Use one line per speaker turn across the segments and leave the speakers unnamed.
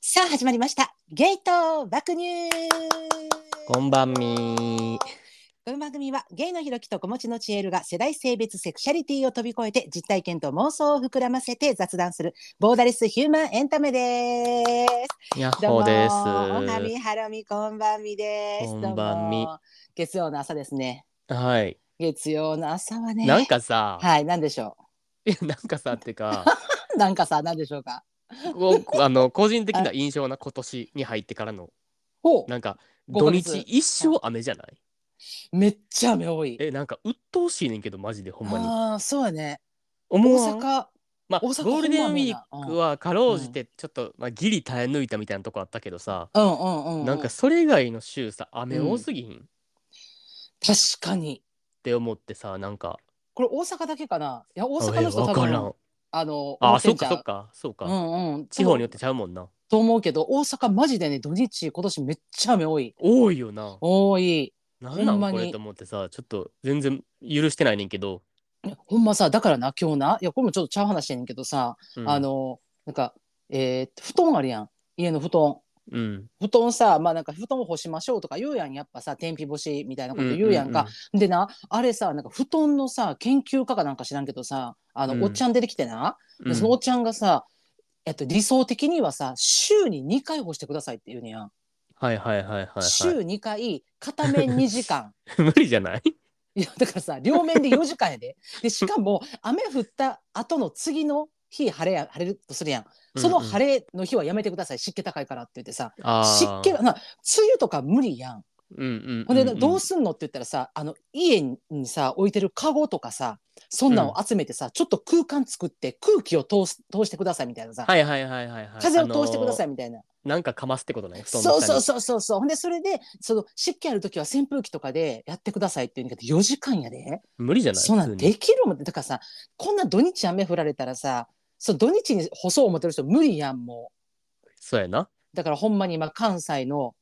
始まりました。ゲイと爆乳。
こんばんみ。
この番組はゲイのひろきと子持ちのチエルが世代性別セクシャリティを飛び越えて実体験と妄想を膨らませて雑談するボーダレスヒューマンエンタメです。
やっ
どう
ほ
も
ーです。
おはみはろみこんばんみです。
こんばんみ
どうも。月曜の朝ですね。
はい。
月曜の朝はね。
なんかさ、
はい、なんでしょ
いやなんかさってか、
う。なんかさ、なんでしょうか。
僕あの個人的な印象な今年に入ってからの
ほ
なんか
五ヶ
土
月
日一生雨じゃない？
う、めっちゃ雨多い。
えなんか鬱陶しいねんけどマジでほんまに。
ああ、そうやね。
思わ
大
ん
阪。
まあ
大阪
ゴールデンウィ
ほんま
ー
雨や
クはかろうじてちょっと、まあギリ耐え抜いたみたいなとこあったけどさ、
うんうんうん、うん。
なんかそれ以外の週さ雨多すぎんっ
確かに。
て思ってさなんか、
これ大阪だけかないや大
あ
阪の
え
人多
わから
分
ん。
あの
あ
思て
そ
ん
っ
ちゃ
かそっかそうか、
うんうん
地方によってちゃうもんな。
と思うけど大阪マジでね土日今年めっちゃ雨多い
多いよな。
多い
なん
ほ
なん
ま
ん
に
これと思ってさちょっと全然許してないねんけど、
ほんまさだからな今日ないやこれもちょっとちゃう話してんねんけどさ、
うん
あ、のなんかえー、布団あるやん家の布団
うん、
布団さまあなんか布団を干しましょうとか言うやんやっぱさ天日干しみたいなこと言うやんか、でなあれさなんか布団のさ研究家かなんか知らんけどさあの、
うん
おっちゃん出てきてな、
うん、
でそのおっちゃんがさ、えっと、理想的にはさ週に2回干してくださいって言うねやん、
はいはいはいはい、はい、
週2回片面2時 間
無理じゃない
いやだからさ両面で4時間やででしかも雨降った後の次の日晴れや晴れるとするやんその晴れの日はやめてください湿気高いからって言ってさ
れ、あ
湿
ー
気がな梅雨とか無理やん
うんうん
ほんで
うんうん
どうすんのって言ったらさあの家にさ置いてるカゴとかさそんなんを集めてさ、ちょっと空間作って空気を通す通してくださいみたいなさ、
はいはいはいはい、はい、
風を通してください
い
みたいな。
なんかかますってことね布団の
そう
下
そうそ
に
うそうそう。ほんでそれでその湿気ある時は扇風機とかでやってくださいって言うんだけど4時間やで。
無理じゃない
そんなん
普通に
できるもんだからさこんな土日雨降られたらさそう土日に干そう思ってる人無理やんも
そうやな
う。だからほんまに今関西の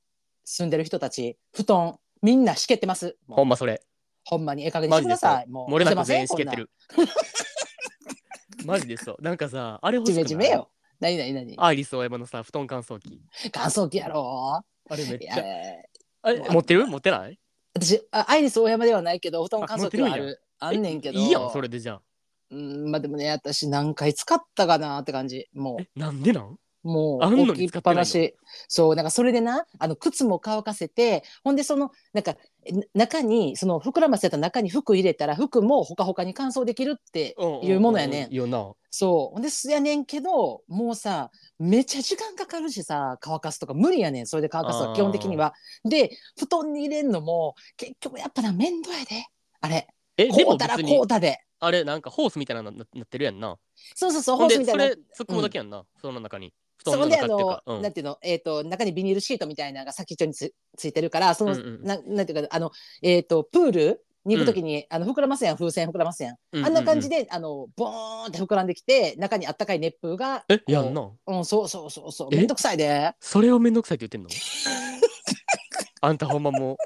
住んでる人たち布団みんなしけってます。もう
ほんまそれ
ほんまにええ加減にしてく
マジ
だ
でそう
さい。もう
漏れなく
せ
全
ま
員
せ
し
ん
けってるマジでそうなんかさあれ
こ
欲
ん
し
な
く
じ
な
め
い
じめよ。なになになに
アイリスオーヤマのさ布団乾燥機
乾燥機やろ
あれめっ
い
ち
や
ゃあれ持ってる持ってない
私あアイリス大山ではないけど布団乾燥機はあ
あ持ってるん
るあんねんけど
いいやんそれでじゃあ
うん、まあでもね、私何回使ったかなって感じ。も
えなんでなん
う、もう
あんのに
置きっぱな
使ってな
し。そう、なんかそれでな、あの靴も乾かせて、ほんでその、なんか、な中に、その膨らませた中に服入れたら、服もほかほかに乾燥できるっていうものやねん。
よな
そう。ほんで、すやねんけど、もうさ、めっちゃ時間かかるしさ、乾かすとか無理やねん。それで乾かすと
あ
か
ー
基本的には。で、布団に入れんのも、結局やっぱな、面倒やで。あれ、
えで
こ
も
うたら
別
こ
に
うたで。
あれなんかホースみたいなのななってるやんな。
そうそうそう、ホ
ほん
ース
で
みたい
そ
な
れ。突っ込むだけやんな。布団の中に。
そ
布団の
うであ
中っていう
の
か。、うん
なんていうの、えっ、と、中にビニールシートみたいなのが先っちょにつついてるから、その、
うんうん
ななんていうか、あの、えっ、と、プールに行くときに、あの、膨らますやん、風船膨らますやん。あんな感じ
で。
で、あの、ボーンって膨らんできて、中にあったかい熱風が。
えやんな。
うん、そうそうそうそう、
え
めんどくさいで。
それをめんどくさいって言っ てんのあんたほんまも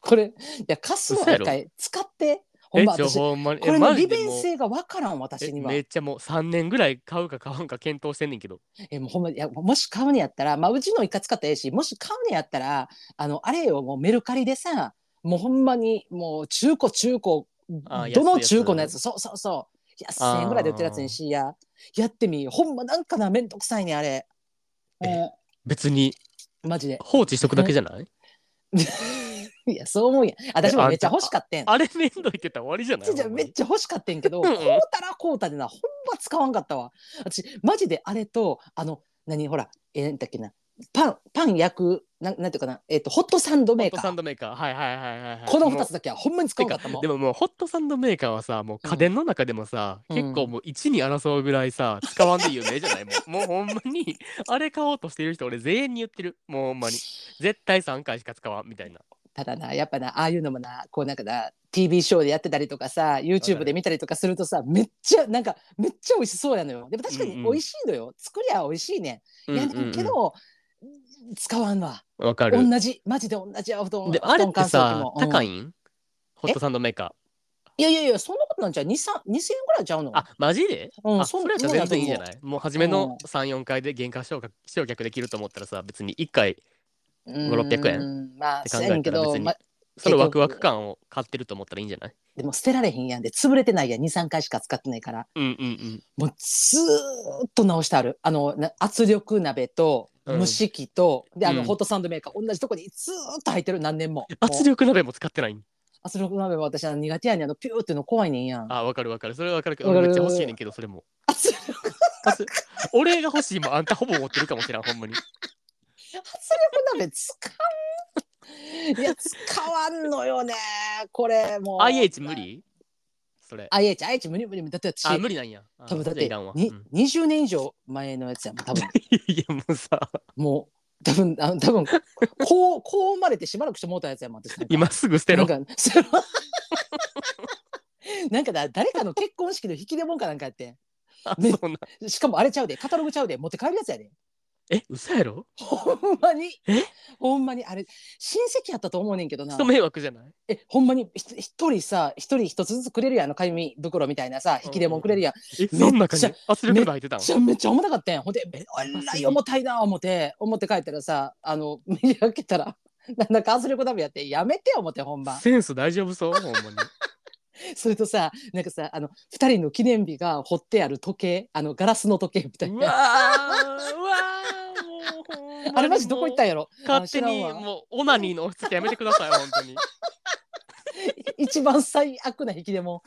これ、いや、カスを
嘘や
一
ろ
回使って、
う。
ほん
え
ま、
ちょ
私、こ
ほんまに。え
れの
マ
利
ジで
便
もう
性がわからん、私
え
には。
めっちゃもう3年ぐらい買うか買わんか検討してんねんけど。
えもうほんまいやもし買うのやったら、まあ、うちの一回使ったらええしもし買うのやったらあのあれよもうメルカリでさもうほんまにもう中古中古
あー
どの
安いやつ
中古のやつそうそうそういや
あー
1000円ぐらいで売ってるやつにしややってみほんまなんかなめんどくさいねあれ、
え
え
別に
マジで
放置しとくだけじゃない
いやそう思うんや私もめっちゃ欲しかってん
あれめんどいって言ったら終わりじゃない
ちっちゃいめっちゃ欲しかってんけど
うん
こ
うん
うたらこうたでなほんま使わんかったわ私マジであれとあの何ほらえー、なんだっけなパンパン焼くなんなんていうかなえっ、とホットサンド
ホ
メー
ット
カ
サ
ー
ンドメーカー。はいはいはいはいはい。
この2
もう
つだけはほんまに使わんかったもん
でももうホットサンドメーカーはさもう家電の中でもさ、
うん
結構もう一に争うぐらいさ使わんで有名じゃないも うもうほんまにあれ買おうとしてる人俺全員に言ってるもうほんまに絶対3回しか使わんみたいな
ただなやっぱなああいうのもなこうなんかな TV ショーでやってたりとかさ YouTube で見たりとかするとさめっちゃなんかめっちゃ美味しそうやのよでも確かに
うんう
美
ん
味しいのよ、作りゃ美味しいねんいや
うんうんうん
だけど、使わんわ
わかる
同じマジで同じや布団
であれって
布団乾燥機
さ
もうん
高いんホットサンドメーカ
いやいやいや、そんなことなんじゃ2 3 2000円ぐらいちゃうの
あ、マジで
うん
あ、
そ
そうれやったら全然いいじゃないもう初め
うん
の3、4回で減価償却償却できると思ったらさ、別に1回、
5
500円
円まあ
って考
そうや
えた
ねん
ら
けど、
別に
まあ、
そのワクワク感を買ってると思ったらいいんじゃない
でも捨てられへんやんで潰れてないやん23回しか使ってないから
うんうんうん。
もうずーっと直してあるあのな圧力鍋と
うん
蒸し器と、であの
うん
ホットサンドメーカー、同じとこにずーっと入ってる何年も
圧
もう
力鍋も使ってないん
圧力鍋は私は苦手やねんあのピューっていうの怖いねんやん
あ、わかるわかる。それはわかるけど、
わかる
俺めっちゃ欲しいねんけど、それも。
圧力
圧俺が欲しいもんあんたほぼ持ってるかもし れん、ほんまに。
圧力鍋使ういや使わんのよねこれもう
IH 無理それ。
IH IH 無理無理無理だって私
あ、無理なんや。あ
多分だっ
じゃあ
て
いらんわ。う
に
ん
20年以上前のやつやもん多分
いや、もうさ、
もう多分あの多分こうこう生まれてしばらくしてもうたやつやもん私なんか
今すぐ捨て
な
ろ
ん。かその なんかだ誰かの結婚式の引き出物かなんかやって
あ
ね
そんな。
しかもあれちゃうでカタログちゃうで持って帰るやつやで
え、嘘やろ
ほんまに
え
ほんまにあれ親戚やったと思うねんけどな
人迷惑じゃない
えほんまにひ一人さ一人一つずつくれるやんあの紙袋みたいなさ引き出物くれるやん、
え、
めっ
そん中に
ちゃ
圧力鍋入ってたん
めちゃめちゃ重たかったやんほんで「えあらい重たいな」思って思って帰ったらさあの 目開けたら。なんだか圧力鍋やってやめてよ思って本番
センス大丈夫そうほ んまに。
それとさなんかさあの2人の記念日が彫ってある時計あのガラスの時計みたいう
わーう
な
わーもうほんまに
あれマジどこ行ったんやろ
もう勝手
あの
に
知らんわ
もうオナニーの押し付けやめてください本当に。
一番最悪な引きでも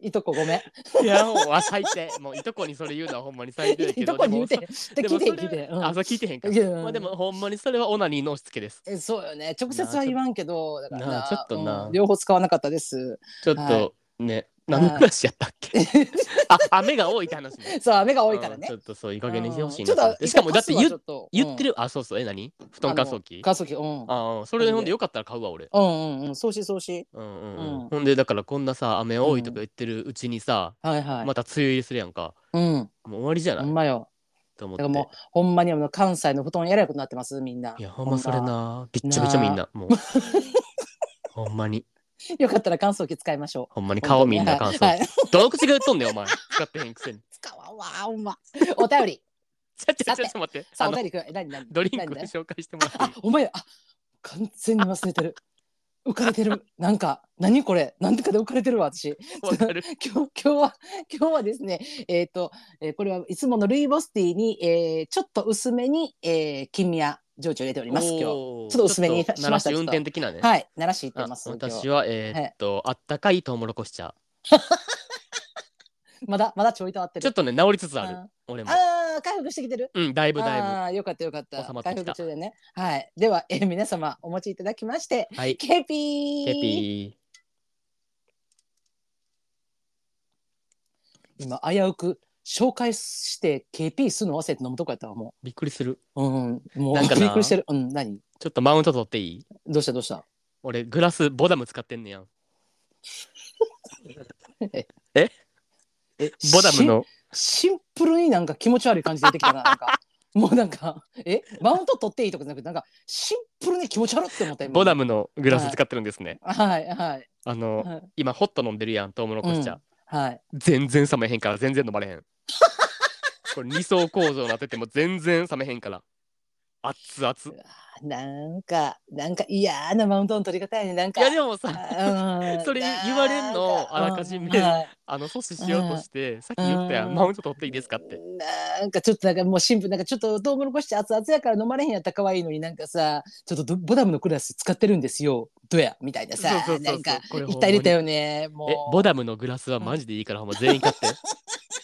いとこごめ ん
いやもうわ最低もういとこにそれ言うのはほんまに最低だけ
い
ど。
とこに言うて
でも
で聞いて聞い
でもそれ
て、うん
あそう聞いてへんか。
いや
まあでもほんまにそれはオナニーの押し付けです。
えそうよね直接は言わんけどだから
なあちょっとな
うん両方使わなかったです
ちょっ
は
とね何の話やったっけ。 あ雨が多いって話 ね。
そう雨が多いから
うんち
ね
ょっとそういい加減にしてほしい
うんちょ
な
っ。と
でしかもだって言っ言って
る
るあそうそうえ何布団乾燥機。
乾燥機うん
ああそれでほんでよかったら買うわ俺。
うんうんうんそうしそうし
うんうん
う
うんん、ほんでだからこんなさ雨多いと
うん
か言ってるうちにさ、
はいはい、
また梅雨入りするやんか
うん
もう終わりじゃな
ほ
い、
んまよ
と思っ
だか
て
らもうほんまにあの関西の布団やらいことになってますみんない
やほんまそれなびっちゃびちゃみんな もうほんまに
よかったら乾燥機使いましょう
ほんまに顔みんな乾
は
燥
いはい
どの口が言っとんねんお前使ってへんくせに
使わんわほんまお便り
ちょちょちょっと待って
さあ
あ
お
の
便りくん何何
ドリン
何
ク
何
紹介してもらってい
あお前あ完全に忘れてる浮かれてるなんか何これなんでかで浮かれてるわ私
いわかる
今日今日は 今日はですねえっ、と、えーこれはいつものルイボスティーに、えーちょっと薄めに、えー、金宮上長入れております今日
おー
ちょっと薄めに
ちょっと
しました
鳴ら運転的なね、
はい鳴らし行っ
あ
てます今
私
日
はえーっと、あったかいトウモロコシ茶
まだまだちょいと合ってる
ちょっとね治りつつある
あ
俺も
ーあー回復してきてる
うんだいぶだいぶ
ああーよかったよかった
収まって
回
きた
復中でねはいでは、えー、皆様お持ちいただきまして
はいケ
ケピー
ピー
今危うく紹介して KP するの忘れて飲むとこやったわも
びっくりする
ううんもう
なんかな
びっくりしてるうん何
ちょっとマウント取っていい
どうしたどうした
俺グラスボダム使ってんねやん。
え
ボダムの
シンプルになんか気持ち悪い感じ出てきたな。なんか もうなんか、え、マウント取っていいとかじゃなくて、なんかシンプルに気持ち悪って思った今。
ボダムのグラス使ってるんですね。
はいはい
あの、
はい。
今ホット飲んでるやんトウモロコシ茶、
はい。
全然冷めへんから全然飲まれへん。 これ二層構造になってても全然冷めへんから。熱々。
なんか、なんか嫌なマウントの取り方やね。なん
い
か。
やでもさ
あうん
それ言われんのあらかじめ
うんはい
あの阻止しようとしてさっき言ったや
うん
んマウント取っていいですかって。
なんかちょっとなんかもうシンプルなんかちょっとトウモロコシ熱々やから飲まれへんやったら可愛いのになんかさちょっとどボダムのクラス使ってるんですよどやみたいな
そ
さ
うそうそう
な
そうん
か
これほんまに
一体入れたよねもう
えボダムのグラスはマジでいいからほんま全員買って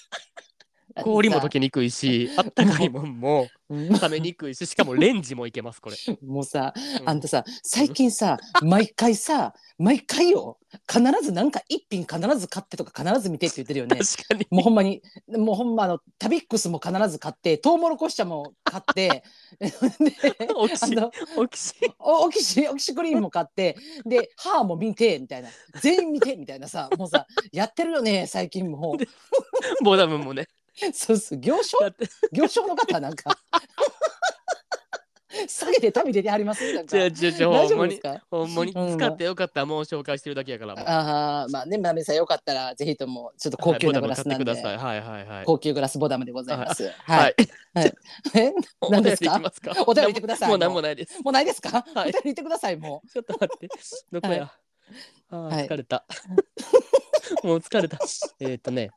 氷も溶けにくいしあったかいもんも
うん
冷めにくいししかもレンジもいけます これ。
もうさ、
うん
あんたさ、最近さ、毎回さ、毎回よ、必ずなんか一品必ず買ってとか必ず見てって言ってるよ ね。
確かに
もうほんまに、もうほんまあの、タビックスも必ず買って、トウモロコシ茶も買って、 で、
オ キ
あ
シ
の、
オキシ
おオキシ、オキシクリームも買って、で、歯も見て、みたいな。全員見て、みたいなさ、もうさ、やってるよね、最近もう。
ボダムもね。
そうそう、行商
だって
行商の方なんか。詐欺陰で旅出てはりますなんか
じゃあじゃあじゃあ
大
ほ
丈
んま
夫です
に
か
ほんまに
うん
使ってよかったもん紹介してるだけやからもう
ああまあねまなみさんよかったらぜひともちょっと高級なグラスなんで、
はいボタンも買ってくださいはいはいはい
高級グラスボダムでございます
は
はいい、 え
お
何
便り
で
い
すか
きますか
お便りいてください
もう何もないです
もうないですか、
はい
お便り言ってくださいも
ちょっと待 って。どこや。あー
はい
疲 れた。もう疲れた。えーっとね、、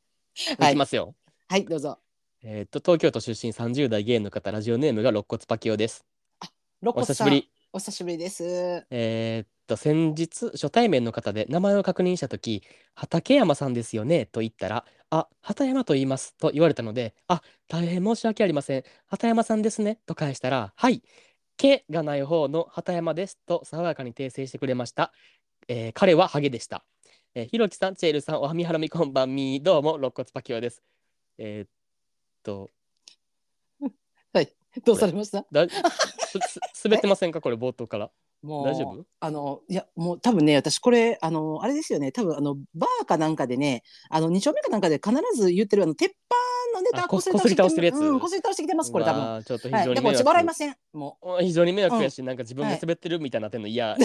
うはい
き
い、
ますよ。
はい、どうぞ
えーっと東京都出身30代ゲイの方ラジオネームが肋骨パキオです。
ロ
お
コ
久し
さ
ぶ
ん
り。
お久しぶりです
えーっと先日初対面の方で名前を確認した時「畠山さんですよね?」と言ったら「あ畠山と言います」と言われたので「あ大変申し訳ありません畠山さんですね」と返したら「はい」「け」がない方の「畠山です」と爽やかに訂正してくれました、えー彼はハゲでした、えーひろきさんチェールさんおはみはらみこんばんみどうも肋骨パキオですえーっと
どうされました
だすす滑ってませんかこれ冒頭から
もう
大丈夫
あのいやもう多分ね私これあのあれですよね多分あのバーかなんかでねあの二丁目かなんかで必ず言ってるあの鉄板のネ
あ
タ
こ
こすり倒して
こすり倒してるやつ
うん、こすり倒してきてますこれ多分
まあちょっと非
は
常
い
に
で
迷
も
惑
ち笑いませんも
非常に迷惑やし、なんか自分が滑ってるみたいになってんの嫌、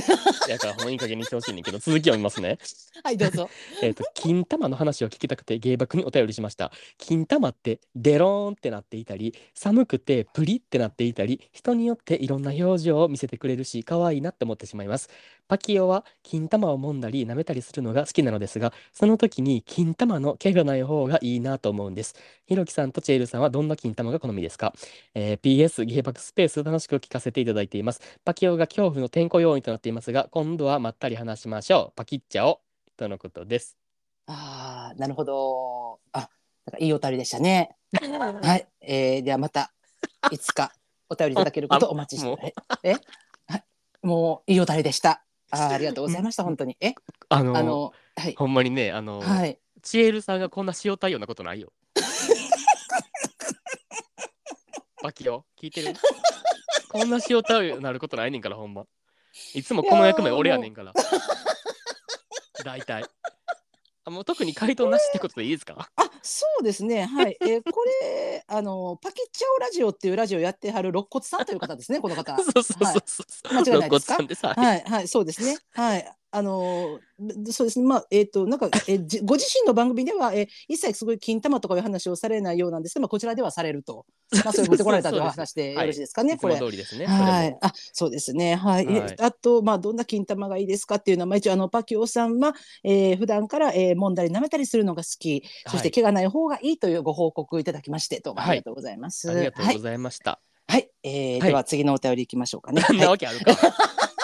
やからもういい加減にしてほしいねんけど続きを見ますね。
うはいどうぞ
えっと金玉の話を聞きたくて芸爆にお便りしました。金玉ってデローンってなっていたり寒くてプリってなっていたり人によっていろんな表情を見せてくれるし可愛いなって思ってしまいます。パキオは金玉を揉んだり舐めたりするのが好きなのですがその時に金玉の毛がない方がいいなと思うんです。ひろきさんとチェールさんはどんな金玉が好みですか、えー ?PS 芸爆スペース楽しく聞かせていただいています。パキオが恐怖の転校要因となっていますが今度はまったり話しましょう。パキッチャオとのことです。
ああなるほどあなんかいいお便りでしたねはい、えー、ではまたいつかお便りいただけることをお待ちして
もう
ます。え、はい、もういいお便りでした。あーありがとうございました本当に。え、
あの
あのはい
ほんまにねあの、
はい。
チエルさんがこんな塩対応なことな いよ。バキよ聞いてるこんな塩対応なることないねんからほんま。いつもこの役目俺やねんから。 大体。あもう特に回答なしってことでいいですか
あ、そうですね。はい。えー、これあのパキッチャオラジオっていうラジオやってはる肋骨さんという方 ですね。この方。
そうそうそうそう。
はい間違いないですか
肋骨さんですはい
はいはいそうですね。はい。あのーそうですね。まあえっ、となんかえーじご自身の番組ではえー一切すごい金玉とかいう話をされないようなんですけど、まあこちらではされると。まあそれ持ってこられたという話でよろしいですかね。
いつ
こ
も
れ。
通りですね。
は
それ
い
も、
あそうですね、はいえ
はい
あと、まあ、どんな金玉がいいですかっていうのは、まあ、一応あのパキオさんは、えー、普段から、えー、揉んだり舐めたりするのが好きそして毛がない方がいいというご報告をいただきましてどうも
はい
ありがとうございます。
ありがとう
は
ご
い
ざいました。
はいえー
はい
では次のお便りいきましょうかね。
そんな
はい
わけあるか。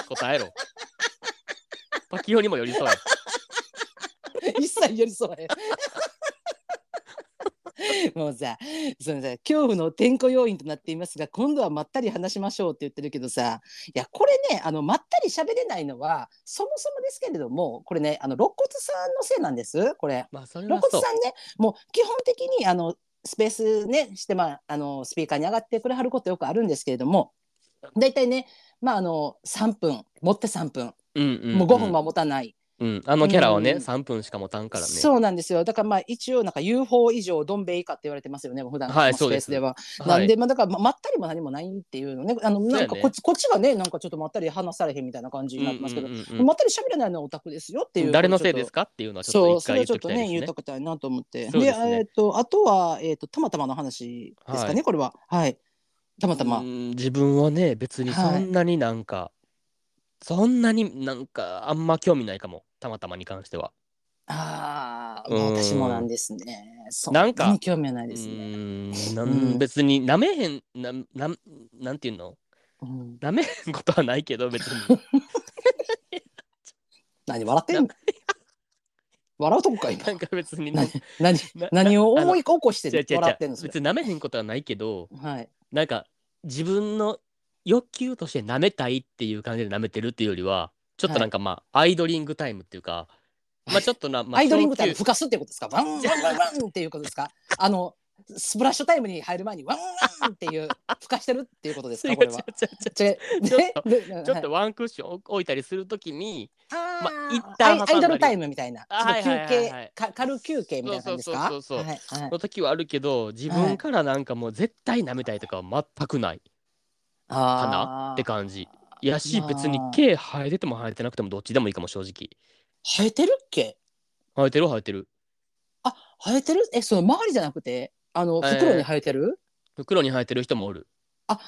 答えろ。パキオにも寄り添え。
一切寄り添わへん。もうさそのさ恐怖の転校要因となっていますが今度はまったり話しましょうって言ってるけどさいやこれねあのまったり喋れないのはそもそもですけれどもこれねあの肋骨さんのせいなんですこれ。
まあそれ
肋
は
骨
そう
さ。んねもう基本的にあのスペースねして、まあ、あのスピーカーに上がってくれはることよくあるんですけれども大体ねまああの3分持って3分
うんうん
もう5分は持たない。
うん、あのキャラはね、
うん
3分しか持たんからね。
そうなんですよ。だからまあ一応なんか UFO 以上どん兵衛以下って言われてますよね。普段の
はい
スペースでは。
はい
なんでまあだからままったりも何もないっていうのね。あのなん
そう
か
やね
こっち、こっちがねなんかちょっとまったり話されへんみたいな感じになってますけど、
うんうんうんうん
まったり喋れないのはオタクですよっていう。
誰のせいで
か
すかっていうのはち
そ
ょ
う、
っ
そ
と
れは
一回言っ
ちょ
と
っ
き
と
た
ね、
いです
言っ。
ね
ときたいなと思って。
そう
で、
ですね
えっと、あとは、えっと、たまたまの話ですか
はい
ね、これは。はい。たまた
う
ま。
ん自分はね、別にそんなになんか、そんなになんかあんま興味ないかも、たまたまに関しては。
ああ、
うん
もう私もなんですね。そ
なんか
に興味はないうですね。
ーんな
うんん
別になめへんななんなんていうの
うん
なめへんことはないけど別 に
何笑ってんの笑うとこか、今
な。んか別にな
何、何、
な
何を思い起こして
違う違う違う
笑ってんのそれ
別になめへんことはないけど、
はい。
なんか自分の欲求として舐めたいっていう感じで舐めてるっていうよりはちょっとなんかまあ、アイドリングタイムっていうかまあちょっとな、まあ、
アイドリングタイム
供給
ふかすってことですかワンワンワンワンっていうことですかあの、スプラッシュタイムに入る前にワンワンっていう、ふかしてるっていうことです
違
か
う
これは。
違う違う
違う
ちょっと
ねで
ちょっ
はい
とワンクッション置いたりするときに、
あ
ま
ー
一旦挟ん
アイ
だり
アイドルタイムみたいな
あ
ちょっと
はいはいはい
休
はい
憩か軽休憩みたいな感じですか
そうそうそうそう
はいはい
の時はあるけど自分からなんかもう絶対舐めたいとかは全くない、
あー
って感じやし
まあ
別に毛生えてても生えてなくてもどっちでもいいかも正直
生えてるっけ
生えてるは生えてる
あ生えてるえその周りじゃなくてあの
えー
袋に生えてる、
袋に生えてる人もおる
あ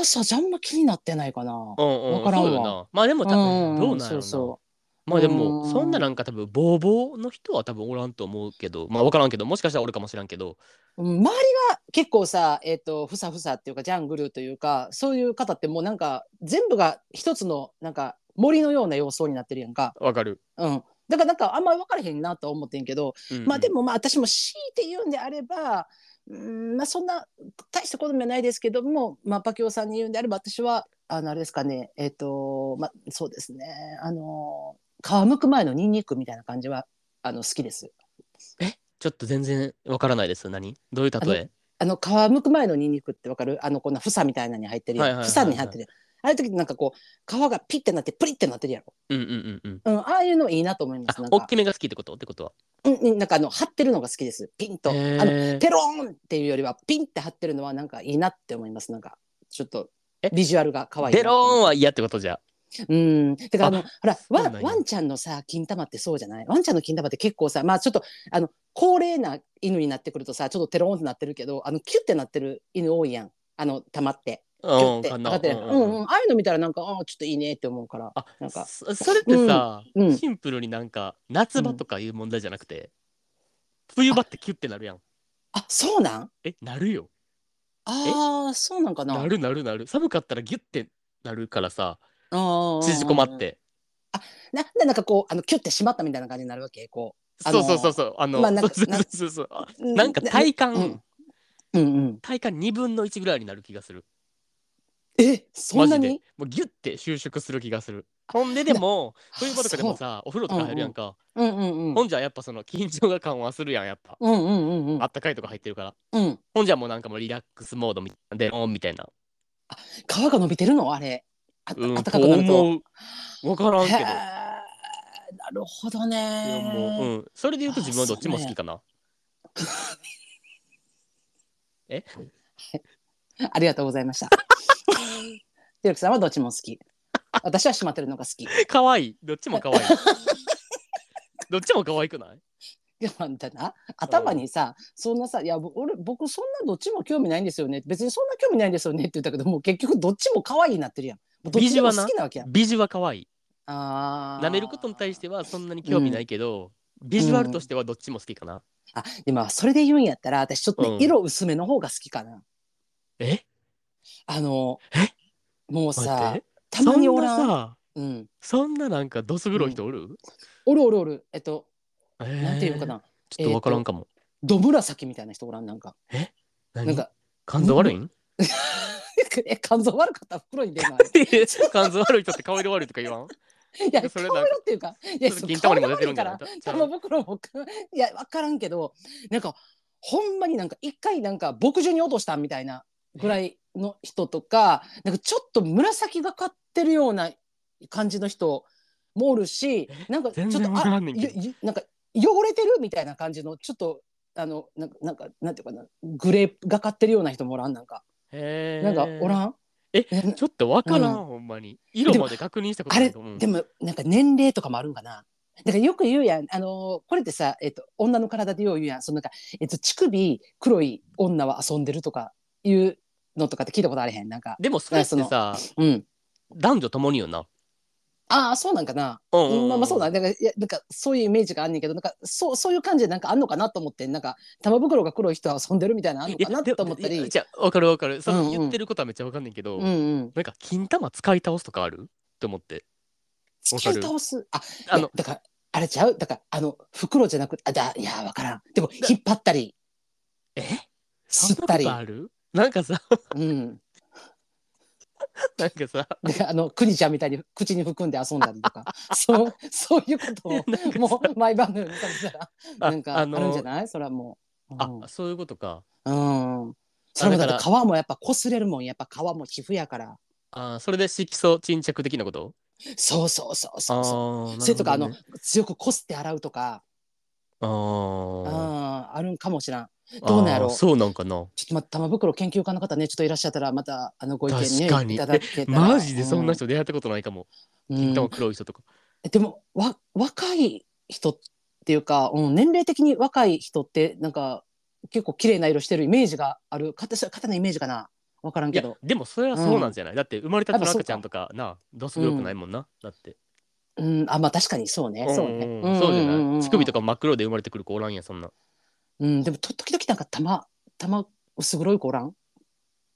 あそうじゃああんま気になってないかな
う。んうん
わからんわ
そうよなまあでも多
う
分
ん
どうなんや
そ
ろ
う
うな
そ
まあで
う
も
ん
そんななんか多分ボーボーの人は多分おらんと思うけどまあ分からんけどもしかしたらおるかもしらんけど
う、うん、周りが結構さえっ、とふさふさっていうかジャングルというかそういう方ってもうなんか全部が一つのなんか森のような様相になってるやんか。
わかる、
うんだからなんかあんまり分からへんなとは思ってんけど、
うんうん
まあでもまあ私も強いて言うんであれば、うんまあ、そんな大したことはないですけども、まあ、パキオさんに言うんであれば私はあのあれですかねえっ、とまあそうですねあの皮むく前のニンニクみたいな感じはあの好きです。
ちょっと全然わからないです何どういう例え
あの皮むく前のニンニクってわかるあのこんな房みたいなのに入ってる
はい
や
はい
ん
はいはい
房に入ってるやんああいう時ってなんかこう皮がピッてなってプリッてなってるやろ、
うんうんうんうん
うん、ああいうのいいなと思いま
あ
すなん
大
か,、
きめが好きってことってことは
うん、なんかあの張ってるのが好きですピンとあ
へ
の
ー
ペローンっていうよりはピンって張ってるのはなんかいいなって思いますなんかちょっと
え
ビジュアルが可愛いな
デローンは嫌ってことじゃ
うんてかあのほら
う
ワ
なん
ン
や
ワンちゃんのさ金玉ってそうじゃないワンちゃんの金玉って結構さまあちょっとあの高齢な犬になってくるとさちょっとテローンってなってるけどあのキュッてなってる犬多いやんあの玉ってキュ
う
ッ
ん
て
か
上
な
がってる
う
やん
ん
う
うんうん
んうんああいうの見たらなんかああちょっといいねって思うから
あ
なんか
そそれってさ、
うんうん
シンプルになんか夏場とかいう問題じゃなくて、冬場ってキュッてなるやん
あそうなん
えなるよ
ああそうなんかな
なるなるなる寒かったらギュッてなるからさ縮
縮
こまって
なでなんかこうあのキュッて締まったみたいな感じになるわけこあ
そ
の
うそうそうそうあの、
まあなんか
そうそう
なん
そうそうあ
う
なんか体感、
うんうんうん
体感2分の1ぐらいになる気がする
えそ
マ
んな
ジで
に
もうギュッて収縮する気がするほんででも冬場とかでもさお風呂とか入るやんか、
そううんうんうん
ほんじゃやっぱその緊張が緩和するやんやっぱ、
うんうんうんうん
あったかいとか入ってるから
うん
ほんじゃもうなんかもうリラックスモードみたいなでオンみたいな
皮が伸びてるのあれあた
うん
あったかくなると
思う分から
へ
んけど
ーなるほど
いや
ね
もう、うん、それで言うと自分はどっちも好きかな
ありがとうございました ひろきさんはどっちも好き私は締まってるのが好きい
可愛いどっちも可愛いどっちも可愛くない
やあんたな頭にさそんなさ「いやぼ俺僕そんなどっちも興味ないんですよね」別にそんな興味ないんですよねって言ったけどもう結局どっちも可愛いになってるやんもうどっちでも好きなわけやん
ビジュは可愛い
あー
舐めることに対してはそんなに興味ないけど、ビジュアルとしてはどっちも好きかな、
あ今それで言うんやったら私ちょっとね、
うん
色薄めの方が好きかな
え
あの
え
もう
待っ
さ
て
たまにおら
そん
ん
なさ
うん
そんななんかどす黒い人おる、
おるおるおるえっと
えー
なんていうかな
ちょっとわからんかも、
ど紫みたいな人おらんなんか
何
なんか
肝臓悪い ん
え肝臓悪かったら袋に入れない
肝臓悪い人って顔色悪いとか言わん
いや
そ
顔
れなんか
色っていうかいや
ちょっと
そう
銀玉にも
顔
出
色
て
悪
るん
い
じ
か
ゃない
ら玉袋もいや分からんけどなんかほんまになんか一回なんか牧場に落としたみたいなぐらいの人とかなんかちょっと紫がかってるような感じの人もおるしなんかちょっ
全然
と
わからんねんけど
ゆゆなんか汚れてるみたいな感じのちょっとあのなんかなんかなんていうかなグレーがかってるような人もおらんなんか
へ
なんかおらん
え
な
ちょっとわからん、
う
ほんまに色まで確認したこと
あ
ない
れ、
と思う
でもなんか年齢とかもあるんかな。だからよく言うやん、あのーこれってさ、えっと、女の体でよう言うやん、そのなんか、えっと、乳首黒い女は遊んでるとかいうのとかって聞いたことあれへん、なんか。
でもそれってさ
うん。
男女ともによな、
ああ、そうなんかな。
うん
うんまあまあそうだ、なんか、いや、なんか、そういうイメージがあんねんけど、なんか、そう、そういう感じでなんかあんのかなと思って、なんか、玉袋が黒い人は遊んでるみたいなのあんの
いや
かな
で
と思った
いや
り。
じゃあわかるわかるその
うんうん
言ってることはめっちゃわかんないけど、
うんうん。
なんか金玉使い倒すとかあると思ってわか
突
る
き倒す。あ、
あ
あ
の
の、だから、あれちゃうだから、あの、袋じゃなくて、あ、だ、いや、わからん。でも、引っ張ったり、
えそん
吸っ
なこ
たり
と。あるなんかさ
うん、
なんかさ
であのクニちゃんみたいに口に含んで遊んだりと かそうそういうこと
なんかさ
をもう毎晩のように食べたら
あ
なんかあ
あ
る
の
んじゃないそれはもう。
あそういうことか
うんうんそれもだ
だ
って
か
皮もやっぱ擦れるもんやっぱ皮も皮膚やから
あーそれで色素沈着的なこと
そうそうそう
あ
そうそ
あ
うそれとかあの
なるほどね
強くこすって洗うとか
あ
うん
ー
あるんかもしらんど
あ
うなんやろ
ーそうなんかな
ちょっとま玉袋研究家の方ねちょっといらっしゃったらまたあのご意
確か
見ね
に
いただけたら
マジでそんな、人出会ったことないかも
うん
金
う
玉
ん
黒い人とか
でもわ若い人っていうか、うん、年齢的に若い人ってなんか結構綺麗な色してるイメージがある方方のイメージかな分からん
い
け
や
ど
でもそれはそうなんじゃないだって生まれたての赤ちゃんとかなどうす黒くないもんなだって
うんあまあ確かにそうね、そうね、
んんそうじゃ
んんん
な
うん
い乳首とか真っ黒で生まれてくる子おらんやんそんな
うん、でもと時々なんか玉玉薄黒い子おらん
え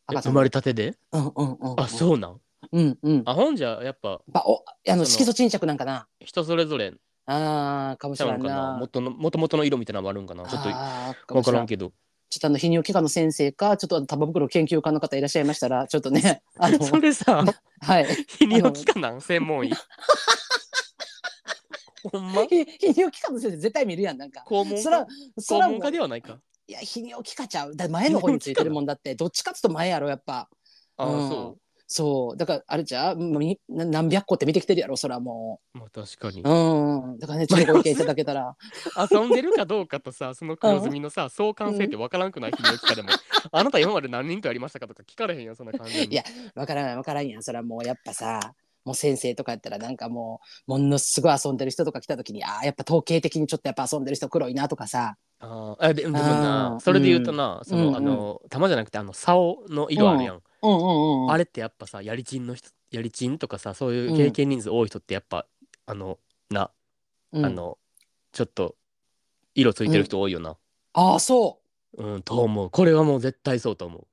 赤ちゃ
生
ん
まれたてで
うんうんうんうん
あそうなん
うんうん
あほんじゃやっぱ
ばおあの
その
色素沈着なんかな
人それぞれ
あーかも
ち
し
ゃ
れ
うんんかな
な
元の元々の色みたいなのもあるんかなちょっと
あー
分から
も
ん
しれ
けど
ちょっとあの泌尿器科の先生かちょっとあの玉袋研究家の方いらっしゃいましたらちょっと ねあの
それさ
はい
泌尿器科なん専門医 ほんま
泌泌尿器科の先生絶対見るやんなんか
肛門
そら
科
そ
肛
ら
門
も
科
う
ではないか
いや泌尿器科ちゃうだ前の方についてるもんだってどっちかっつうと前やろやっぱ
あ
う
ー
ん
そ
そうだからあれじゃうみな何百個って見てきてるやろそらもう
うまあ確かに
うん、だからね、ちょっとご意見いただけたら。
遊んでるかどうかとさその黒ずみのさ相関性って分からんくない泌尿器科でも あなた今まで何人とやりましたかとか聞かれへんやんそんな感じ
いやわからない、わからんやん、それはもうやっぱさ。もう先生とかやったらなんかもうものすごい遊んでる人とか来た時にああやっぱ統計的にちょっとやっぱ遊んでる人黒いなとかさ
あーあででも
あ
な
ー
それで言うとな、その、
うんうん
あの玉じゃなくてあの竿の色あるやん、
うんうんうん
あ
れ
れってやっぱさやりちんの人やりちんとかさそういう経験人数多い人ってやっぱ、あのな、あのちょっと色ついてる人多いよな、
ああそう
うんと思うこれはもう絶対そうと思